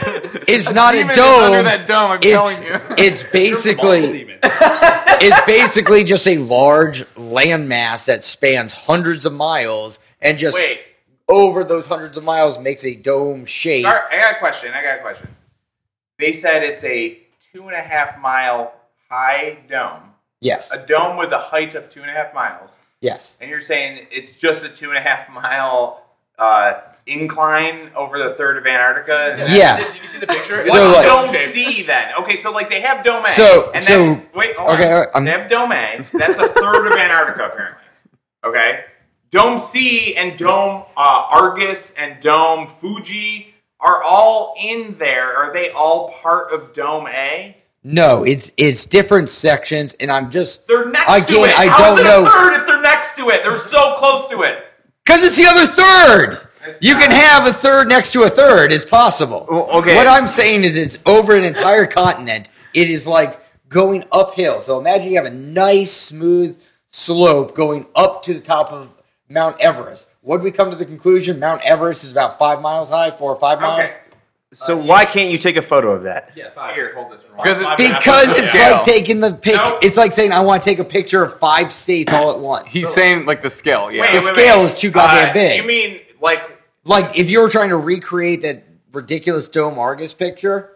[SPEAKER 7] not a it's not a
[SPEAKER 2] Demon is under
[SPEAKER 7] dome.
[SPEAKER 2] that dome, I'm
[SPEAKER 7] It's
[SPEAKER 2] telling you.
[SPEAKER 7] it's basically it's basically just a large landmass that spans hundreds of miles and just
[SPEAKER 3] Wait,
[SPEAKER 7] over those hundreds of miles makes a dome shape.
[SPEAKER 3] Gar- I got a question. I got a question. They said it's a two and a half mile high dome,
[SPEAKER 7] Yes.
[SPEAKER 3] a dome with a height of two and a half miles,
[SPEAKER 7] Yes.
[SPEAKER 3] and you're saying it's just a two and a half mile uh, incline over the third of Antarctica.
[SPEAKER 7] Yes.
[SPEAKER 3] Did you see the picture?
[SPEAKER 7] So,
[SPEAKER 3] What's
[SPEAKER 7] like-
[SPEAKER 3] dome C then? Okay, so like they have dome A.
[SPEAKER 7] So-
[SPEAKER 3] and
[SPEAKER 7] so-
[SPEAKER 3] that's, wait, hold
[SPEAKER 7] okay,
[SPEAKER 3] on.
[SPEAKER 7] alright, I'm-
[SPEAKER 3] they have dome A. That's a third of Antarctica apparently. Okay, dome C and dome uh, Argus and dome Fuji are all in there. Are they all part of dome A?
[SPEAKER 7] No, it's it's different sections and I'm just
[SPEAKER 3] They're next to
[SPEAKER 7] Again,
[SPEAKER 3] it.
[SPEAKER 7] I
[SPEAKER 3] How is
[SPEAKER 7] don't
[SPEAKER 3] it
[SPEAKER 7] know.
[SPEAKER 3] A third if they're next to it, they're so close to it.
[SPEAKER 7] Because it's the other third.
[SPEAKER 3] It's
[SPEAKER 7] you can
[SPEAKER 3] not.
[SPEAKER 7] have a third next to a third. It's possible.
[SPEAKER 4] Well, okay.
[SPEAKER 7] What I'm saying is it's over an entire continent. It is like going uphill. So imagine you have a nice, smooth slope going up to the top of Mount Everest. What did we come to the conclusion? Mount Everest is about five miles high, four or five miles.
[SPEAKER 3] Okay.
[SPEAKER 4] So why can't you take a photo of that?
[SPEAKER 3] Here, hold this. for me.
[SPEAKER 2] Because it-
[SPEAKER 7] Because it's
[SPEAKER 2] Scale.
[SPEAKER 7] like taking the pic.
[SPEAKER 3] Nope.
[SPEAKER 7] It's like saying I want to take a picture of five states all at once.
[SPEAKER 2] He's saying like the scale, yeah.
[SPEAKER 3] Wait,
[SPEAKER 7] The
[SPEAKER 3] wait,
[SPEAKER 7] scale
[SPEAKER 3] wait.
[SPEAKER 7] is too goddamn
[SPEAKER 3] Uh,
[SPEAKER 7] big.
[SPEAKER 3] You mean like
[SPEAKER 7] Like if you were trying to recreate that ridiculous Dome Argus picture,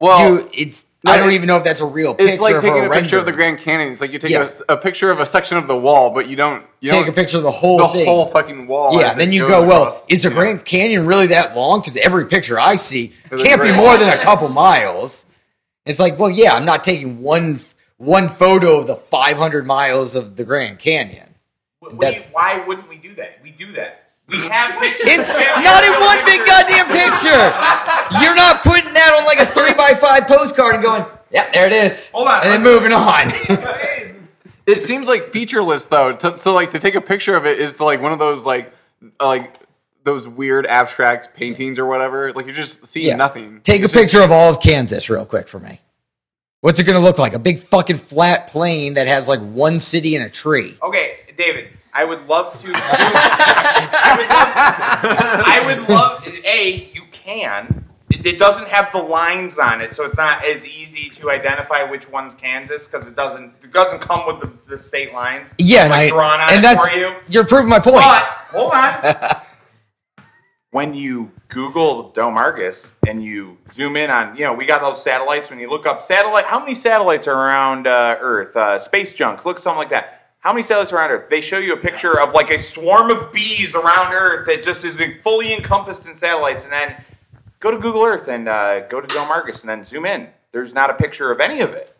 [SPEAKER 2] well,
[SPEAKER 7] you, it's I don't
[SPEAKER 2] it-
[SPEAKER 7] even know if that's a real picture.
[SPEAKER 2] it's like
[SPEAKER 7] or
[SPEAKER 2] taking a picture of the
[SPEAKER 7] rendering.
[SPEAKER 2] Grand Canyon. It's like you take
[SPEAKER 7] Yeah.
[SPEAKER 2] a s- a, picture of a section of the wall, but you don't you
[SPEAKER 7] Take a
[SPEAKER 2] don't
[SPEAKER 7] picture of the whole
[SPEAKER 2] the
[SPEAKER 7] thing.
[SPEAKER 2] whole fucking wall.
[SPEAKER 7] yeah,
[SPEAKER 2] as
[SPEAKER 7] then
[SPEAKER 2] it
[SPEAKER 7] you
[SPEAKER 2] goes
[SPEAKER 7] go, well,
[SPEAKER 2] across,
[SPEAKER 7] is the
[SPEAKER 2] you know.
[SPEAKER 7] Grand Canyon really that long? Because every picture I see
[SPEAKER 2] It's
[SPEAKER 7] can't be
[SPEAKER 2] very
[SPEAKER 7] more
[SPEAKER 2] long.
[SPEAKER 7] than a couple miles. It's like, well, yeah, I'm not taking one one photo of the 500 miles of the Grand Canyon.
[SPEAKER 3] What- what do you-
[SPEAKER 7] That's-
[SPEAKER 3] why wouldn't we do that? We do that. We have pictures.
[SPEAKER 7] It's
[SPEAKER 3] We have
[SPEAKER 7] not in
[SPEAKER 3] pictures.
[SPEAKER 7] one big goddamn picture. You're not putting that on like a three by five postcard and going, yeah, there it is.
[SPEAKER 3] Hold on,
[SPEAKER 7] and
[SPEAKER 3] let's-
[SPEAKER 7] then moving on.
[SPEAKER 3] Guys,
[SPEAKER 2] It seems like featureless though. To, so like to take a picture of it is like one of those like uh, like those weird abstract paintings or whatever. Like you're just seeing
[SPEAKER 7] Yeah.
[SPEAKER 2] nothing.
[SPEAKER 7] Take
[SPEAKER 2] It's just-
[SPEAKER 7] a picture of all of Kansas real quick for me. What's it going to look like? A big fucking flat plain that has like one city and a tree.
[SPEAKER 3] Okay, David, I would love to. Do, I would love. I would love. A, you can. It, it doesn't have the lines on it, so it's not as easy to identify which one's Kansas because it doesn't. It doesn't come with the, the state lines.
[SPEAKER 7] Yeah, and
[SPEAKER 3] like,
[SPEAKER 7] I
[SPEAKER 3] drawn on
[SPEAKER 7] and
[SPEAKER 3] it
[SPEAKER 7] that's
[SPEAKER 3] for you.
[SPEAKER 7] are proving my point.
[SPEAKER 3] But hold on. when you Google Dome Argus and you zoom in on, you know, we got those satellites. When you look up satellite, how many satellites are around uh, Earth? Uh, space junk, look something like that. How many satellites are around Earth? They show you a picture of like a swarm of bees around Earth that just is fully encompassed in satellites, and then go to Google Earth and uh, go to Dome Argus and then zoom in. There's not a picture of any of it.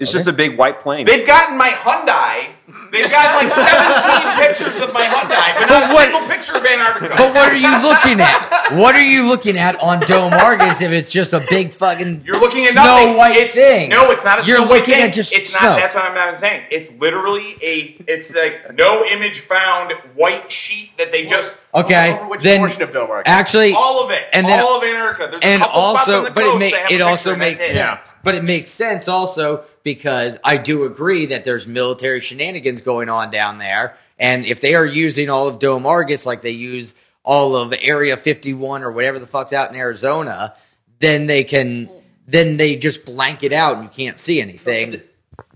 [SPEAKER 4] It's just a big white plane.
[SPEAKER 3] They've gotten my Hyundai. They've gotten like 17 pictures of my Hyundai, but not
[SPEAKER 7] But what-
[SPEAKER 3] a single picture of Antarctica.
[SPEAKER 7] But what are you looking at? What are you looking at on Dome Argus if it's just a big fucking
[SPEAKER 3] You're looking at
[SPEAKER 7] snow
[SPEAKER 3] nothing.
[SPEAKER 7] white
[SPEAKER 3] it's,
[SPEAKER 7] thing?
[SPEAKER 3] No, it's not a
[SPEAKER 7] You're
[SPEAKER 3] snow white
[SPEAKER 7] looking
[SPEAKER 3] thing.
[SPEAKER 7] at just
[SPEAKER 3] it's
[SPEAKER 7] snow.
[SPEAKER 3] not. That's what I'm not saying. It's literally a. It's like no image found white sheet that they just
[SPEAKER 7] okay,
[SPEAKER 6] Which
[SPEAKER 7] then
[SPEAKER 6] portion of Dome Argus?
[SPEAKER 7] actually
[SPEAKER 3] all of it
[SPEAKER 7] And then-
[SPEAKER 3] all of Antarctica. There's
[SPEAKER 7] and
[SPEAKER 3] a couple spots on
[SPEAKER 7] also
[SPEAKER 3] the
[SPEAKER 7] but it
[SPEAKER 3] coast
[SPEAKER 7] makes
[SPEAKER 3] that have a
[SPEAKER 7] it also
[SPEAKER 3] picture, and that's
[SPEAKER 7] makes
[SPEAKER 3] it.
[SPEAKER 7] sense. But it makes sense also because I do agree that there's military shenanigans going on down there, and if they are using all of Dome Argus like they use all of Area 51 or whatever the fuck's out in Arizona, then they can then they just blank it out and you can't see anything.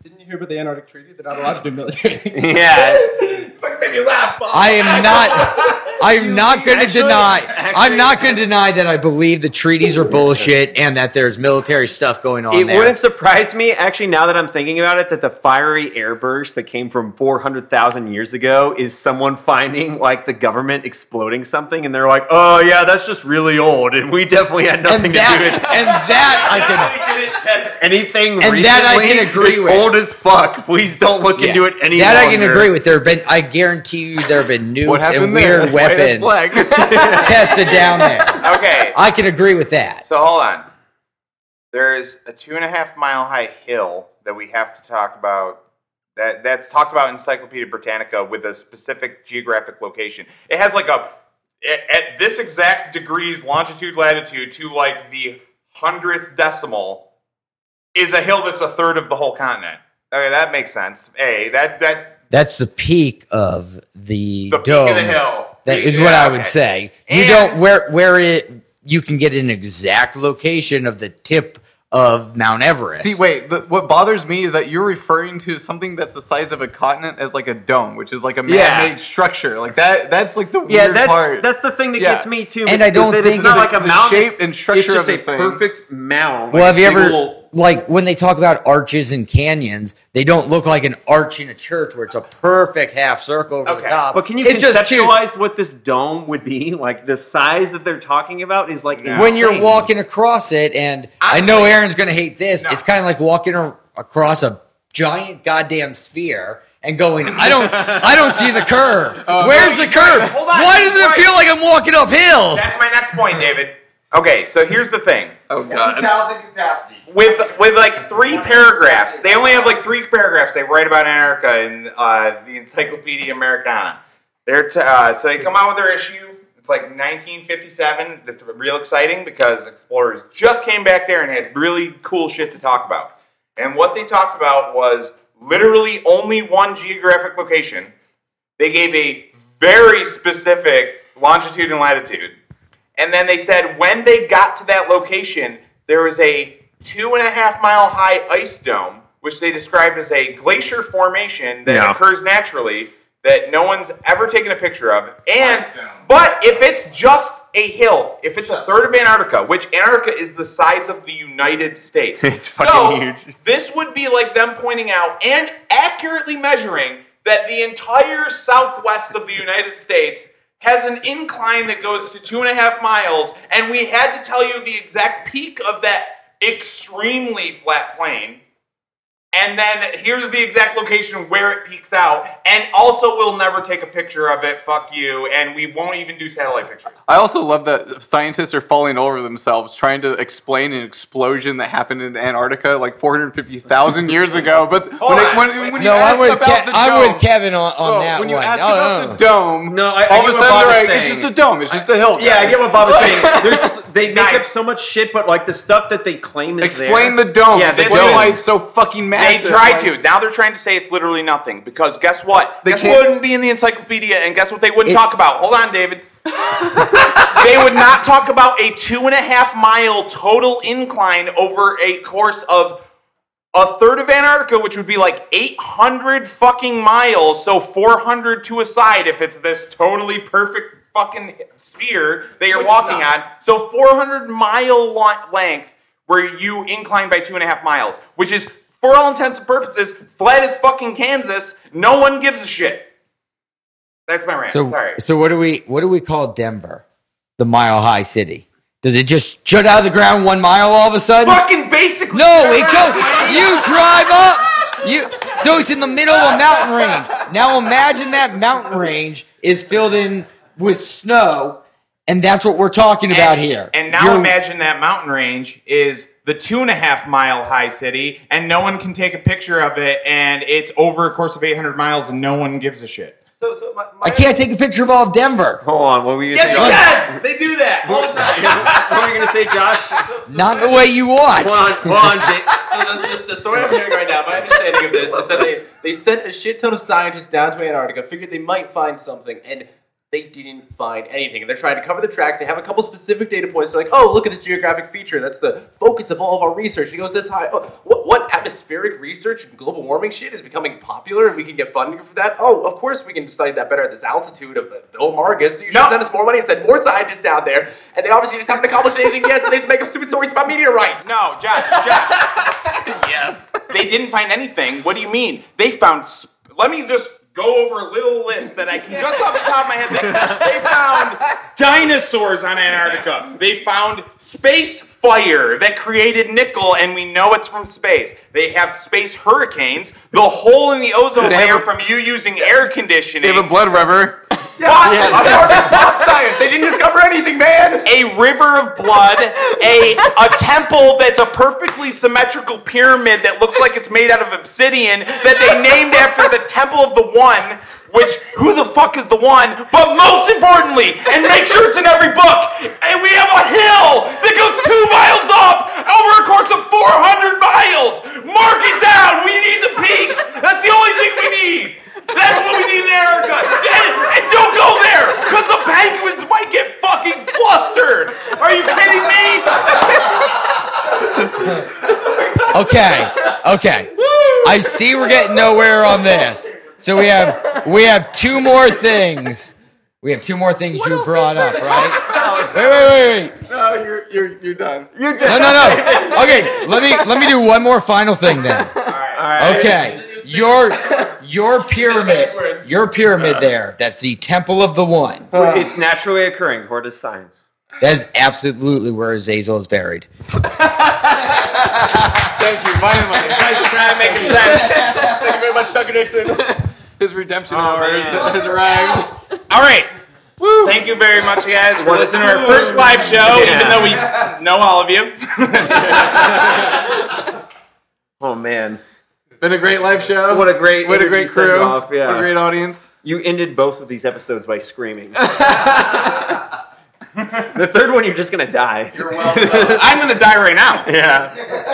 [SPEAKER 6] Didn't you hear about the Antarctic Treaty? They're not allowed to do military things.
[SPEAKER 4] yeah.
[SPEAKER 7] I am not. I'm not going to deny. I'm not going to deny that I believe the treaties are bullshit and that there's military stuff going on
[SPEAKER 4] It
[SPEAKER 7] there.
[SPEAKER 4] wouldn't surprise me, actually, now that I'm thinking about it, that the fiery air burst that came from 400,000 years ago is someone finding like the government exploding something, and they're like, "Oh yeah, that's just really old, and we definitely had nothing
[SPEAKER 7] and
[SPEAKER 4] to do with
[SPEAKER 7] that. And that I can.
[SPEAKER 4] anything."
[SPEAKER 7] And
[SPEAKER 4] recently,
[SPEAKER 7] that I can agree
[SPEAKER 4] it's
[SPEAKER 7] with.
[SPEAKER 4] Old as fuck. Please don't look
[SPEAKER 7] Yeah.
[SPEAKER 4] into it any.
[SPEAKER 7] That I can
[SPEAKER 4] longer.
[SPEAKER 7] agree with. There have been, I guarantee you, there have been
[SPEAKER 2] What
[SPEAKER 7] nukes
[SPEAKER 2] happened
[SPEAKER 7] and
[SPEAKER 2] there?
[SPEAKER 7] weird
[SPEAKER 2] That's why that's
[SPEAKER 7] weapons tested down there.
[SPEAKER 3] Okay.
[SPEAKER 7] I can agree with that.
[SPEAKER 3] So hold on. There's a two and a half mile high hill that we have to talk about. That that's talked about in Encyclopedia Britannica with a specific geographic location. It has like a at, at this exact degrees longitude latitude to like the hundredth decimal is a hill that's a third of the whole continent. Okay, that makes sense. A that that
[SPEAKER 7] That's the peak of
[SPEAKER 3] the
[SPEAKER 7] the,
[SPEAKER 3] peak
[SPEAKER 7] dome.
[SPEAKER 3] of the hill.
[SPEAKER 7] That is
[SPEAKER 3] Yeah,
[SPEAKER 7] what I
[SPEAKER 3] okay.
[SPEAKER 7] would say. you
[SPEAKER 3] And-
[SPEAKER 7] don't where where it you can get an exact location of the tip of Mount Everest.
[SPEAKER 2] See, wait. The, what bothers me is that you're referring to something that's the size of a continent as like a dome, which is like a
[SPEAKER 4] Yeah.
[SPEAKER 2] man-made structure. Like that. That's like the weird
[SPEAKER 4] Yeah, that's
[SPEAKER 2] part.
[SPEAKER 4] that's the thing that
[SPEAKER 2] Yeah.
[SPEAKER 4] gets me too.
[SPEAKER 7] And I
[SPEAKER 4] because
[SPEAKER 7] don't
[SPEAKER 4] it-
[SPEAKER 7] think
[SPEAKER 4] it's not
[SPEAKER 7] the-
[SPEAKER 4] like a
[SPEAKER 2] the
[SPEAKER 4] mountain.
[SPEAKER 2] shape
[SPEAKER 4] it's-
[SPEAKER 2] and structure
[SPEAKER 4] it's just
[SPEAKER 2] of this
[SPEAKER 4] a
[SPEAKER 2] thing.
[SPEAKER 4] perfect mound.
[SPEAKER 7] well,
[SPEAKER 4] like
[SPEAKER 7] have you
[SPEAKER 4] a
[SPEAKER 7] ever
[SPEAKER 4] big ol'
[SPEAKER 7] like when they talk about arches and canyons, they don't look like an arch in a church where it's a perfect half circle over the
[SPEAKER 3] Okay.
[SPEAKER 7] top.
[SPEAKER 4] But can you
[SPEAKER 7] It's just two-
[SPEAKER 4] conceptualize what this dome would be? Like the size that they're talking about is like
[SPEAKER 3] No.
[SPEAKER 7] when you're
[SPEAKER 4] insane.
[SPEAKER 7] walking across it? And i
[SPEAKER 3] I'm
[SPEAKER 7] know
[SPEAKER 3] saying-
[SPEAKER 7] Aaron's going to hate this.
[SPEAKER 3] No.
[SPEAKER 7] It's kind of like walking a- across a giant goddamn sphere. And going, I don't, I don't see the curve.
[SPEAKER 2] Uh,
[SPEAKER 7] Where's the curve?
[SPEAKER 3] Hold on,
[SPEAKER 7] Why
[SPEAKER 3] he's
[SPEAKER 7] does it
[SPEAKER 3] right.
[SPEAKER 7] feel like I'm walking uphill?
[SPEAKER 3] That's my next point, David. Okay, so here's the thing.
[SPEAKER 2] oh god.
[SPEAKER 5] capacity.
[SPEAKER 3] with with like three paragraphs. They only have like three paragraphs. They write about America in uh, the Encyclopedia Americana. They're t- uh, so they come out with their issue. It's like 1957. That's real exciting because explorers just came back there and had really cool shit to talk about. And what they talked about was literally only one geographic location. They gave a very specific longitude and latitude. And then they said when they got to that location, there was a two and a half mile high ice dome, which they described as a glacier formation that
[SPEAKER 4] Yeah.
[SPEAKER 3] occurs naturally that no one's ever taken a picture of. And but if it's just a hill, if it's a third of Antarctica, which Antarctica is the size of the United States,
[SPEAKER 4] It's
[SPEAKER 3] So,
[SPEAKER 4] fucking huge.
[SPEAKER 3] This would be like them pointing out and accurately measuring that the entire southwest of the United States has an incline that goes to two and a half miles, and we had to tell you the exact peak of that extremely flat plain. And then here's the exact location where it peaks out, and also we'll never take a picture of it. Fuck you, and we won't even do satellite pictures.
[SPEAKER 2] I also love that scientists are falling over themselves trying to explain an explosion that happened in Antarctica like 450,000 years ago. But when,
[SPEAKER 3] Hold
[SPEAKER 2] it-
[SPEAKER 3] on.
[SPEAKER 2] when, when you
[SPEAKER 7] No, I'm
[SPEAKER 2] ask
[SPEAKER 7] with,
[SPEAKER 2] about
[SPEAKER 7] Ke-
[SPEAKER 2] the dome,
[SPEAKER 7] I'm with Kevin on, on
[SPEAKER 2] oh,
[SPEAKER 7] that
[SPEAKER 2] when you
[SPEAKER 7] one.
[SPEAKER 2] ask
[SPEAKER 7] No,
[SPEAKER 2] about
[SPEAKER 7] no,
[SPEAKER 2] the dome,
[SPEAKER 4] No, I- I
[SPEAKER 2] all
[SPEAKER 4] get
[SPEAKER 2] of a
[SPEAKER 4] what
[SPEAKER 2] sudden
[SPEAKER 4] Bob is
[SPEAKER 2] they're like, it's
[SPEAKER 4] saying.
[SPEAKER 2] just a dome, it's just a hill.
[SPEAKER 4] Yeah, I
[SPEAKER 2] guys."
[SPEAKER 4] get what Bob is saying. There's, they make up
[SPEAKER 3] Nice.
[SPEAKER 4] so much shit, but like the stuff that they claim is
[SPEAKER 2] Explain
[SPEAKER 4] there.
[SPEAKER 2] the dome.
[SPEAKER 4] Yeah,
[SPEAKER 2] Yeah,
[SPEAKER 4] they
[SPEAKER 2] explain
[SPEAKER 4] do.
[SPEAKER 2] why it's so fucking
[SPEAKER 3] They
[SPEAKER 2] massive.
[SPEAKER 3] tried
[SPEAKER 2] Like,
[SPEAKER 3] to. Now they're trying to say it's literally nothing because guess what?
[SPEAKER 2] They
[SPEAKER 3] this
[SPEAKER 2] can't-
[SPEAKER 3] wouldn't be in the encyclopedia, and guess what they wouldn't
[SPEAKER 7] It-
[SPEAKER 3] talk about? Hold on, David. they would not talk about a two and a half mile total incline over a course of a third of Antarctica, which would be like 800 fucking miles, so 400 to a side if it's this totally perfect fucking sphere that you're walking on. So 400 mile lo- length where you incline by two and a half miles, which is, for all intents and purposes, flat as fucking Kansas. No one gives a shit. That's my rant.
[SPEAKER 7] So,
[SPEAKER 3] Sorry.
[SPEAKER 7] so what do we what do we call Denver, the mile high city? Does it just shut out of the ground one mile all of a sudden?
[SPEAKER 3] fucking basically.
[SPEAKER 7] No, it goes. You drive up. You so it's in the middle of a mountain range. Now imagine that mountain range is filled in with snow, and that's what we're talking about
[SPEAKER 3] and,
[SPEAKER 7] here.
[SPEAKER 3] And now
[SPEAKER 7] You're-
[SPEAKER 3] imagine that mountain range is the two and a half mile high city, and no one can take a picture of it, and it's over a course of 800 miles, and no one gives a shit.
[SPEAKER 7] I can't take a picture of all of Denver.
[SPEAKER 4] Hold on, what were you?
[SPEAKER 3] Yes,
[SPEAKER 4] saying?
[SPEAKER 3] you can! They do that all the time.
[SPEAKER 5] What are you gonna say, Josh?
[SPEAKER 7] Not the way you
[SPEAKER 5] Come
[SPEAKER 7] want.
[SPEAKER 5] on, come on, Jake.
[SPEAKER 8] No, this- this- the story I'm hearing right now, my understanding of this is that they, they sent a shit ton of scientists down to Antarctica, figured they might find something, and they didn't find anything. And they're trying to cover the tracks. They have a couple specific data points. They're like, oh, look at this geographic feature. That's the focus of all of our research. And it goes this high. Oh, what, what atmospheric research and global warming shit is becoming popular, and we can get funding for that? Oh, of course we can study that better at this altitude of the Dome Argus. So you should
[SPEAKER 3] No.
[SPEAKER 8] send us more money and send more scientists down there. And they obviously just haven't accomplished anything yet, so they just make up stupid stories about meteorites.
[SPEAKER 3] No, Josh, Josh. yes. They didn't find anything. What do you mean? They found. Sp- Let me just go over a little list that I can just off the top of my head. They, they found dinosaurs on Antarctica. They found space fire that created nickel, and we know it's from space. They have space hurricanes. The hole in the ozone
[SPEAKER 2] They have
[SPEAKER 3] layer
[SPEAKER 2] a-
[SPEAKER 3] from you using air conditioning.
[SPEAKER 2] They have a blood river.
[SPEAKER 1] Pop science. They didn't discover anything, man.
[SPEAKER 3] a river of blood, a a temple that's a perfectly symmetrical pyramid that looks like it's made out of obsidian that they named after the temple of the one, which who the fuck is the one? But most importantly, and make sure it's in every book, and we have a hill that goes two miles up over a course of 400 miles. Mark it down. We need the peak. That's the only thing we need. That's what we need in Erica. And, and don't go there, because the penguins might get fucking flustered. Are you kidding me?
[SPEAKER 7] Okay, okay. I see we're getting nowhere on this. So we have we have two more things. We have two more things you brought up, right? Wait, wait, wait, wait.
[SPEAKER 2] No, you're you're you're done. You're
[SPEAKER 7] No, no, no. Okay, let me let me do one more final thing then. Okay. Your your pyramid, your pyramid there. That's the temple of the one.
[SPEAKER 4] it's naturally occurring, according to science.
[SPEAKER 7] That is absolutely where Azazel is buried.
[SPEAKER 2] Thank you. Mine and mine.
[SPEAKER 1] Thank you very much, Tucker Nixon.
[SPEAKER 2] His redemption
[SPEAKER 4] Oh,
[SPEAKER 2] hour is- has arrived.
[SPEAKER 3] All right. Thank you very much, guys, for listening to our first live show, even though we know all of you.
[SPEAKER 4] Oh man,
[SPEAKER 2] Been a great live show.
[SPEAKER 4] what a great,
[SPEAKER 2] what a
[SPEAKER 4] energy
[SPEAKER 2] great crew.
[SPEAKER 4] send-off, Yeah,
[SPEAKER 2] What a great audience.
[SPEAKER 4] you ended both of these episodes by screaming. the third one, you're just gonna die.
[SPEAKER 3] I'm going to die right now.
[SPEAKER 4] Yeah.